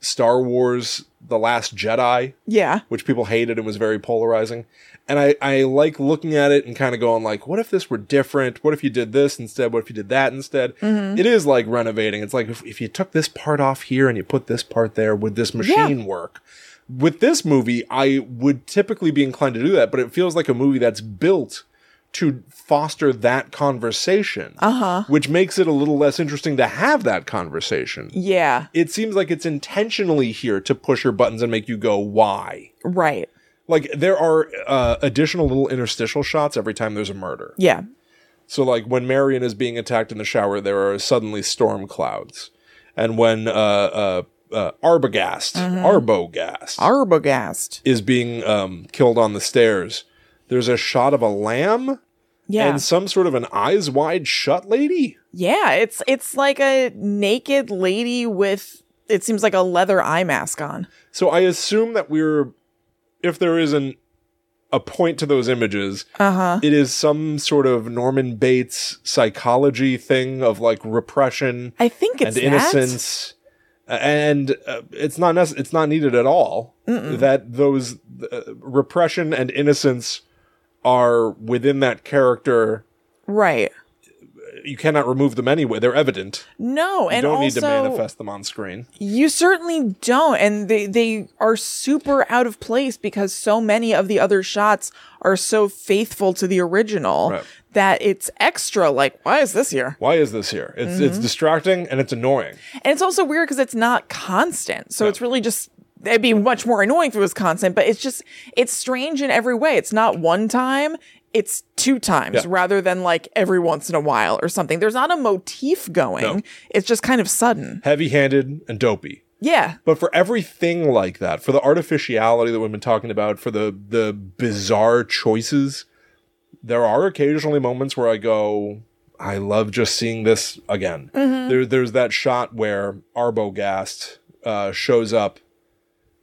Speaker 2: Star Wars The Last Jedi,
Speaker 1: Yeah.
Speaker 2: which people hated and was very polarizing. And I, I like looking at it and kind of going like, what if this were different? What if you did this instead? What if you did that instead? It is like renovating. It's like if, if you took this part off here and you put this part there, would this machine work? With this movie, I would typically be inclined to do that, but it feels like a movie that's built to foster that conversation, uh-huh. which makes it a little less interesting to have that conversation.
Speaker 1: Yeah.
Speaker 2: It seems like it's intentionally here to push your buttons and make you go, why?
Speaker 1: Right.
Speaker 2: like there are uh, additional little interstitial shots every time there's a murder.
Speaker 1: Yeah.
Speaker 2: So like when Marion is being attacked in the shower, there are suddenly storm clouds, and when uh, uh, uh, Arbogast, Arbogast
Speaker 1: Arbogast.
Speaker 2: is being um, killed on the stairs, there's a shot of a lamb
Speaker 1: Yeah.
Speaker 2: and some sort of an eyes wide shut lady.
Speaker 1: Yeah, it's it's like a naked lady with it seems like a leather eye mask on.
Speaker 2: So I assume that we're, if there isn't a point to those images,
Speaker 1: Uh-huh.
Speaker 2: it is some sort of Norman Bates psychology thing of like repression
Speaker 1: I think it's
Speaker 2: and innocence, Uh, and uh, it's not nece- it's not needed at all. That those uh, repression and innocence are within that character.
Speaker 1: That. Right.
Speaker 2: You cannot remove them anyway; they're evident.
Speaker 1: No,
Speaker 2: You
Speaker 1: and
Speaker 2: don't
Speaker 1: also
Speaker 2: need to manifest them on screen.
Speaker 1: you certainly don't and they they are super out of place because so many of the other shots are so faithful to the original
Speaker 2: Right.
Speaker 1: that it's extra like why is this here?
Speaker 2: Why is this here? It's it's
Speaker 1: Mm-hmm.
Speaker 2: distracting and it's annoying.
Speaker 1: And it's also weird because it's not constant. So it's really just, it'd be much more annoying if it was constant, but it's just, it's strange in every way. It's not one time, it's two times
Speaker 2: Yeah.
Speaker 1: rather than like every once in a while or something. There's not a motif going,
Speaker 2: No.
Speaker 1: it's just kind of sudden.
Speaker 2: heavy-handed and dopey.
Speaker 1: Yeah.
Speaker 2: But for everything like that, for the artificiality that we've been talking about, for the the bizarre choices, there are occasionally moments where I go, I love just seeing this again. There, there's that shot where Arbogast uh, shows up.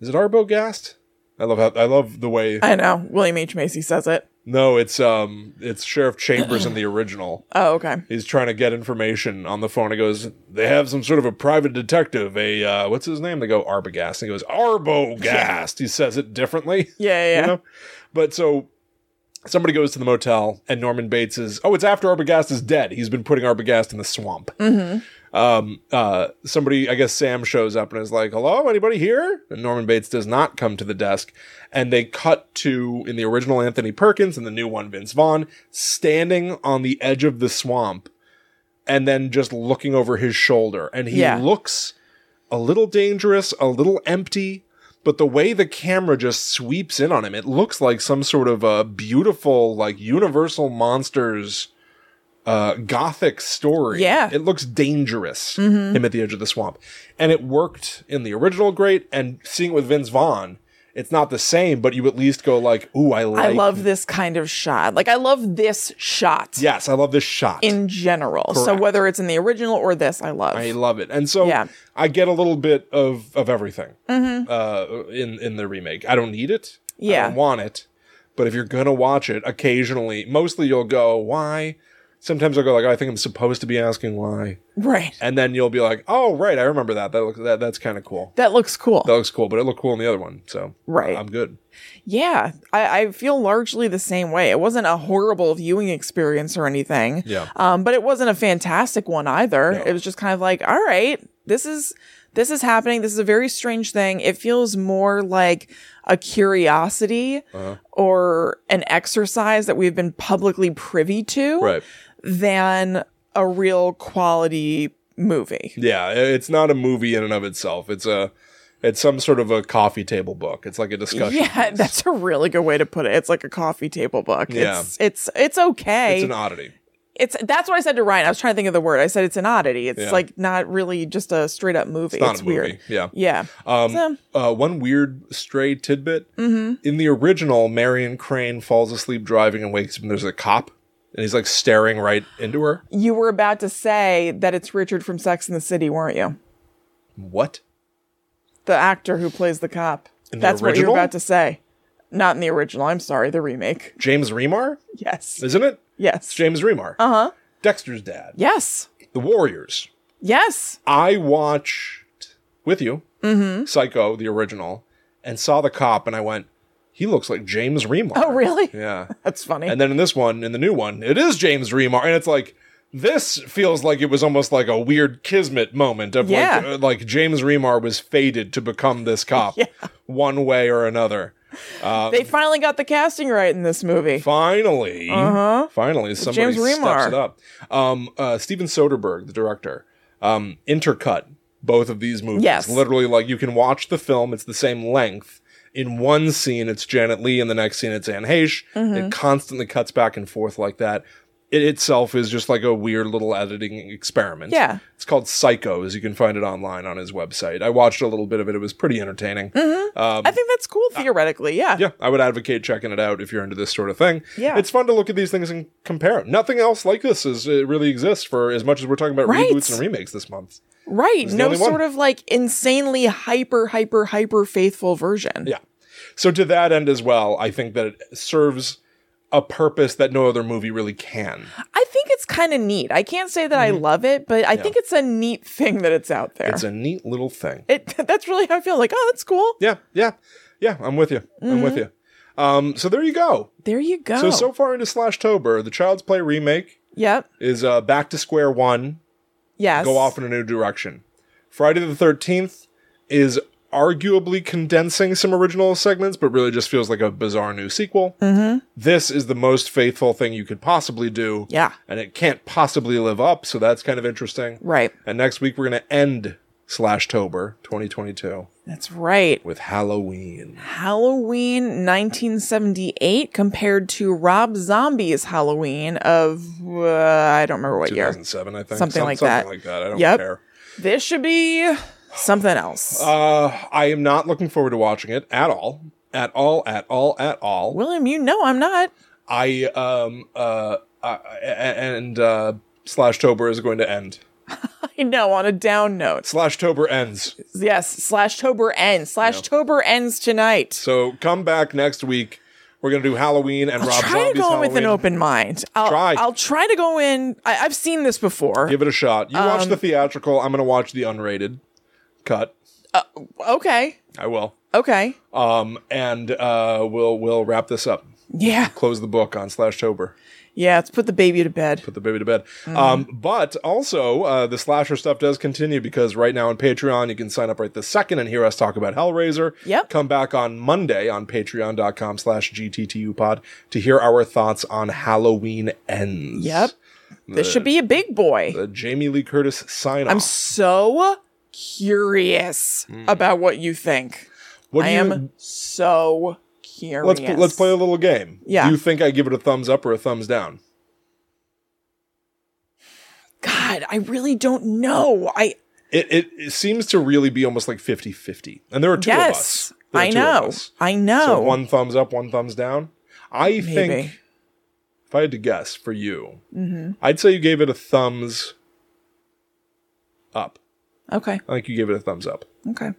Speaker 2: Is it Arbogast? I love how I love the way.
Speaker 1: I know. William H. Macy says it.
Speaker 2: No, it's um, it's Sheriff Chambers in the original.
Speaker 1: Oh, okay.
Speaker 2: He's trying to get information on the phone. He goes, "They have some sort of a private detective. A uh, what's his name?" They go, "Arbogast." And he goes, "Arbogast." He says it differently,
Speaker 1: Yeah, yeah, yeah.
Speaker 2: you know. But so somebody goes to the motel, and Norman Bates is. Oh, it's after Arbogast is dead. He's been putting Arbogast in the swamp.
Speaker 1: Mm-hmm.
Speaker 2: Um, uh, somebody, I guess Sam shows up and is like, "Hello, anybody here?" And Norman Bates does not come to the desk, and they cut to in the original Anthony Perkins and the new one Vince Vaughn standing on the edge of the swamp, and then just looking over his shoulder, and he
Speaker 1: Yeah.
Speaker 2: looks a little dangerous, a little empty. But the way the camera just sweeps in on him, it looks like some sort of a beautiful, like Universal Monsters uh, gothic story.
Speaker 1: Yeah. Mm-hmm.
Speaker 2: It looks dangerous, him at the edge of the swamp. And it worked in the original great, and seeing it with Vince Vaughn, it's not the same, but you at least go like, ooh, I like
Speaker 1: I love this kind of shot. Like, I love this shot
Speaker 2: Yes, I love this shot.
Speaker 1: in general. So,
Speaker 2: Correct.
Speaker 1: whether it's in the original or this, I love.
Speaker 2: I love it. And so
Speaker 1: Yeah. Mm-hmm.
Speaker 2: I get a little bit of, of everything uh, in, in the remake. I don't need it. I
Speaker 1: Yeah.
Speaker 2: don't want it. But if you're gonna watch it occasionally, mostly you'll go, why? Sometimes I'll go like, I think I'm supposed to be asking why,
Speaker 1: Right.
Speaker 2: and then you'll be like, oh right, I remember that. That looks that that's kind of cool.
Speaker 1: That looks cool.
Speaker 2: That looks cool, but it looked cool in the other one, so
Speaker 1: Right.
Speaker 2: I'm good.
Speaker 1: Yeah, I, I feel largely the same way. It wasn't a horrible viewing experience or anything.
Speaker 2: Yeah.
Speaker 1: Um, but it wasn't a fantastic one either.
Speaker 2: No.
Speaker 1: It was just kind of like, all right, this is this is happening. This is a very strange thing. It feels more like a curiosity
Speaker 2: Uh-huh.
Speaker 1: or an exercise that we've been publicly privy to
Speaker 2: Right.
Speaker 1: than a real quality movie.
Speaker 2: Yeah, i- it's not a movie in and of itself. It's a it's some sort of a coffee table book. It's like a discussion.
Speaker 1: Yeah,
Speaker 2: piece.
Speaker 1: that's a really good way to put it. It's like a coffee table book.
Speaker 2: Yeah.
Speaker 1: It's it's it's okay.
Speaker 2: it's an oddity.
Speaker 1: it's that's what I said to Ryan. I was trying to think of the word. I said it's an oddity. It's
Speaker 2: Yeah.
Speaker 1: like not really just a straight up movie.
Speaker 2: It's not a movie.
Speaker 1: weird.
Speaker 2: Yeah.
Speaker 1: Yeah.
Speaker 2: Um,
Speaker 1: So-
Speaker 2: uh, one weird stray tidbit.
Speaker 1: Mm-hmm.
Speaker 2: In the original, Marion Crane falls asleep driving and wakes up, and there's a cop, and he's like staring right into her.
Speaker 1: You were about to say that it's Richard from Sex and the City, weren't you?
Speaker 2: What?
Speaker 1: The actor who plays the cop.
Speaker 2: the
Speaker 1: that's what you
Speaker 2: original?
Speaker 1: were about to say. Not in the original. I'm sorry. The remake.
Speaker 2: James Remar,
Speaker 1: Yes.
Speaker 2: isn't it?
Speaker 1: Yes.
Speaker 2: James Remar. Uh
Speaker 1: Uh-huh.
Speaker 2: huh. Dexter's dad.
Speaker 1: yes.
Speaker 2: The Warriors.
Speaker 1: Yes.
Speaker 2: I watched with you
Speaker 1: Mm-hmm.
Speaker 2: Psycho, the original, and saw the cop, and I went, he looks like James Remar.
Speaker 1: Oh, really?
Speaker 2: Yeah.
Speaker 1: That's funny.
Speaker 2: And then in this one, in the new one, it is James Remar, and it's like this feels like it was almost like a weird kismet moment of
Speaker 1: Yeah.
Speaker 2: like uh, like James Remar was fated to become this cop one way or another. uh,
Speaker 1: they finally got the casting right in this movie.
Speaker 2: Finally, uh-huh. finally, somebody
Speaker 1: James
Speaker 2: steps
Speaker 1: Remar.
Speaker 2: it up. Um, uh, Steven Soderbergh, the director, um, intercut both of these movies.
Speaker 1: Yes.
Speaker 2: literally, like you can watch the film; it's the same length. In one scene, it's Janet Lee, in the next scene, it's Anne Heche.
Speaker 1: Mm-hmm.
Speaker 2: It constantly cuts back and forth like that. It itself is just like a weird little editing experiment.
Speaker 1: Yeah.
Speaker 2: It's called Psychos. You can find it online on his website. I watched a little bit of it. It was pretty entertaining.
Speaker 1: I think that's cool
Speaker 2: Uh,
Speaker 1: theoretically. Yeah.
Speaker 2: Yeah, I would advocate checking it out if you're into this sort of thing.
Speaker 1: Yeah.
Speaker 2: it's fun to look at these things and compare. 'em. Nothing else like this is uh, really exists for as much as we're talking about
Speaker 1: Right.
Speaker 2: reboots and remakes this month.
Speaker 1: Right.
Speaker 2: the
Speaker 1: No
Speaker 2: only one.
Speaker 1: sort of like insanely hyper, hyper, hyper faithful version.
Speaker 2: Yeah. So to that end as well, I think that it serves a purpose that no other movie really can.
Speaker 1: I think it's kind of neat. I can't say that I love it, but I think it's a neat thing that it's out there.
Speaker 2: Mm-hmm. It's a neat little thing.
Speaker 1: it, that's really how I feel. Like, oh, that's cool.
Speaker 2: Yeah, yeah, yeah. I'm with you. I'm with
Speaker 1: Mm-hmm.
Speaker 2: you. Um, so there you go.
Speaker 1: There you go.
Speaker 2: So so far into Slashtober, the Child's Play remake
Speaker 1: yep.
Speaker 2: is uh, back to square one.
Speaker 1: Yes.
Speaker 2: go off in a new direction. Friday the 13th is arguably condensing some original segments, but really just feels like a bizarre new sequel.
Speaker 1: Mm-hmm.
Speaker 2: This is the most faithful thing you could possibly do.
Speaker 1: Yeah.
Speaker 2: And it can't possibly live up, so that's kind of interesting.
Speaker 1: Right.
Speaker 2: And next week, we're going to end Slashtober 2022
Speaker 1: That's right.
Speaker 2: with Halloween.
Speaker 1: Halloween 1978 compared to Rob Zombie's Halloween of, uh, I don't remember what year.
Speaker 2: 2007, I think.
Speaker 1: Something like that.
Speaker 2: Something like that. I don't
Speaker 1: Yep.
Speaker 2: care.
Speaker 1: This should be something else.
Speaker 2: Uh, I am not looking forward to watching it at all. At all, at all, at all.
Speaker 1: William, you know I'm not.
Speaker 2: I um uh I, a- and uh Slashtober is going to end.
Speaker 1: I know on a down note.
Speaker 2: Slashtober ends.
Speaker 1: Yes. Slash Tober ends. Slash Tober ends tonight.
Speaker 2: So come back next week. We're gonna do Halloween and Rob
Speaker 1: try to go
Speaker 2: Zombie's
Speaker 1: in
Speaker 2: Halloween.
Speaker 1: with an open mind. I'll
Speaker 2: Try.
Speaker 1: I'll try to go in. I, I've seen this before.
Speaker 2: Give it a shot. You
Speaker 1: Um,
Speaker 2: watch the theatrical. I'm gonna watch the unrated cut.
Speaker 1: Okay.
Speaker 2: I will.
Speaker 1: Okay.
Speaker 2: Um and uh we'll we'll wrap this up.
Speaker 1: Yeah.
Speaker 2: Close the book on Slashtober.
Speaker 1: Yeah. Let's put the baby to bed.
Speaker 2: put the baby to bed. Um,
Speaker 1: Mm-hmm.
Speaker 2: but also, uh, the slasher stuff does continue because right now on Patreon, you can sign up right this second and hear us talk about Hellraiser.
Speaker 1: Yep.
Speaker 2: Come back on Monday on patreon.com slash gttupod to hear our thoughts on Halloween Ends.
Speaker 1: Yep. This should be a big boy.
Speaker 2: The Jamie Lee Curtis sign
Speaker 1: I'm
Speaker 2: off.
Speaker 1: so curious about what you think.
Speaker 2: Hmm. What
Speaker 1: I
Speaker 2: do you-
Speaker 1: am so curious.
Speaker 2: Let's, pl- let's play a little game.
Speaker 1: Yeah.
Speaker 2: Do you think I give it a thumbs up or a thumbs down?
Speaker 1: God, I really don't know. I
Speaker 2: It, it, it seems to really be almost like 50 50. And there are two of us.
Speaker 1: yes,
Speaker 2: There are
Speaker 1: I
Speaker 2: two of
Speaker 1: know.
Speaker 2: us.
Speaker 1: I know.
Speaker 2: So one thumbs up, one thumbs down. I
Speaker 1: Maybe.
Speaker 2: think if I had to guess for you,
Speaker 1: Mm-hmm.
Speaker 2: I'd say you gave it a thumbs up.
Speaker 1: okay.
Speaker 2: I think you gave it a thumbs up.
Speaker 1: Okay.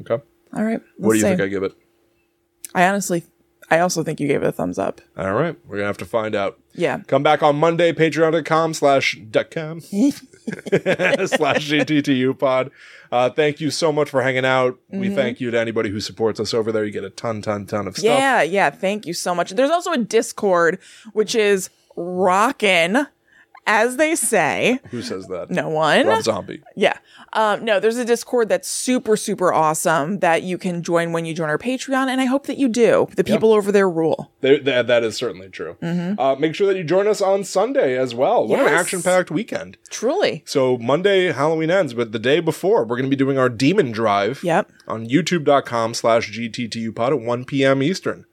Speaker 2: Okay.
Speaker 1: All right.
Speaker 2: what do
Speaker 1: Let's
Speaker 2: you
Speaker 1: see.
Speaker 2: think I give it?
Speaker 1: I honestly I also think you gave it a thumbs up.
Speaker 2: All right, we're gonna have to find out.
Speaker 1: Yeah.
Speaker 2: Come back on Monday, patreon.com slash dot com slash GTTU pod. Uh, thank you so much for hanging out. We
Speaker 1: Mm-hmm.
Speaker 2: thank you to anybody who supports us over there. You get a ton, ton, ton of stuff.
Speaker 1: Yeah, yeah. Thank you so much. There's also a Discord, which is rockin', as they say.
Speaker 2: Who says that?
Speaker 1: No one.
Speaker 2: Rob Zombie.
Speaker 1: Yeah. Um, no, there's a Discord that's super, super awesome that you can join when you join our Patreon, and I hope that you do. The people over there rule.
Speaker 2: There- that- that is certainly true. Uh, make sure that you join us on Sunday as well. What an
Speaker 1: Yes.
Speaker 2: action packed weekend.
Speaker 1: Truly.
Speaker 2: So Monday Halloween ends, but the day before we're going to be doing our demon drive.
Speaker 1: Yep.
Speaker 2: On YouTube.com slash GTTU pod at 1 p.m. Eastern.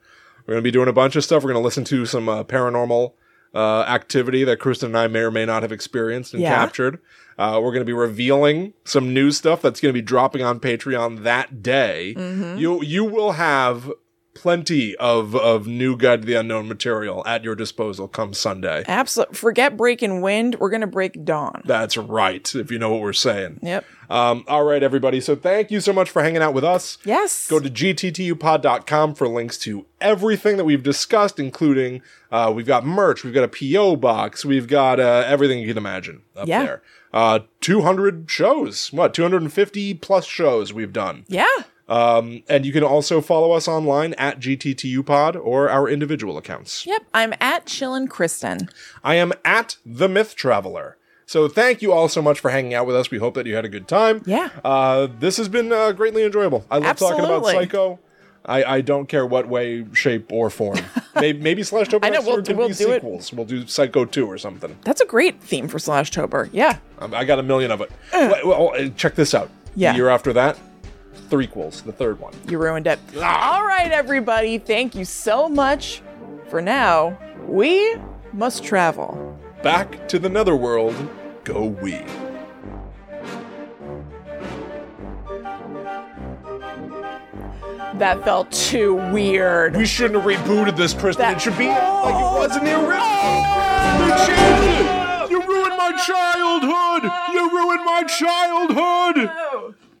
Speaker 2: We're going to be doing a bunch of stuff. We're going to listen to some uh, paranormal uh, activity that Kristen and I may or may not have experienced and
Speaker 1: Yeah.
Speaker 2: captured. Uh, we're going to be revealing some new stuff that's going to be dropping on Patreon that day. You you will have plenty of of new Guide to the Unknown material at your disposal come Sunday.
Speaker 1: Absolutely. Forget break and wind. We're going to break dawn.
Speaker 2: That's right, if you know what we're saying.
Speaker 1: Yep.
Speaker 2: Um, all right, everybody. So thank you so much for hanging out with us.
Speaker 1: Yes.
Speaker 2: Go to gttupod.com for links to everything that we've discussed, including uh, we've got merch, we've got a PO box, we've got uh, everything you can imagine up
Speaker 1: Yeah.
Speaker 2: there. Uh, 200 shows, what, 250 plus shows we've done.
Speaker 1: yeah.
Speaker 2: Um, and you can also follow us online at gttupod or our individual accounts.
Speaker 1: Yep. I'm at Chillin' Kristen.
Speaker 2: I am at the Myth Traveler. So thank you all so much for hanging out with us. We hope that you had a good time.
Speaker 1: Yeah.
Speaker 2: Uh, this has been uh, greatly enjoyable. I love talking about
Speaker 1: Absolutely.
Speaker 2: Psycho. I, I don't care what way, shape, or form. maybe, maybe Slash Tober
Speaker 1: I know,
Speaker 2: Next Door
Speaker 1: we'll-
Speaker 2: could
Speaker 1: we'll
Speaker 2: be
Speaker 1: do it.
Speaker 2: sequels. We'll do Psycho 2 or something.
Speaker 1: That's a great theme for Slashtober. Yeah.
Speaker 2: Um, I got a million of it. Wait, well, uh, check this out.
Speaker 1: Yeah.
Speaker 2: The year after that, threequels, the third one.
Speaker 1: You ruined it. All right, everybody. Thank you so much. For now, we must travel.
Speaker 2: Back to the Netherworld, go we.
Speaker 1: That felt too weird.
Speaker 2: We shouldn't have rebooted this, Kristen.
Speaker 1: That-
Speaker 2: it should be like it was in the original. You changed it. You ruined my childhood. You ruined my childhood.
Speaker 1: Oh.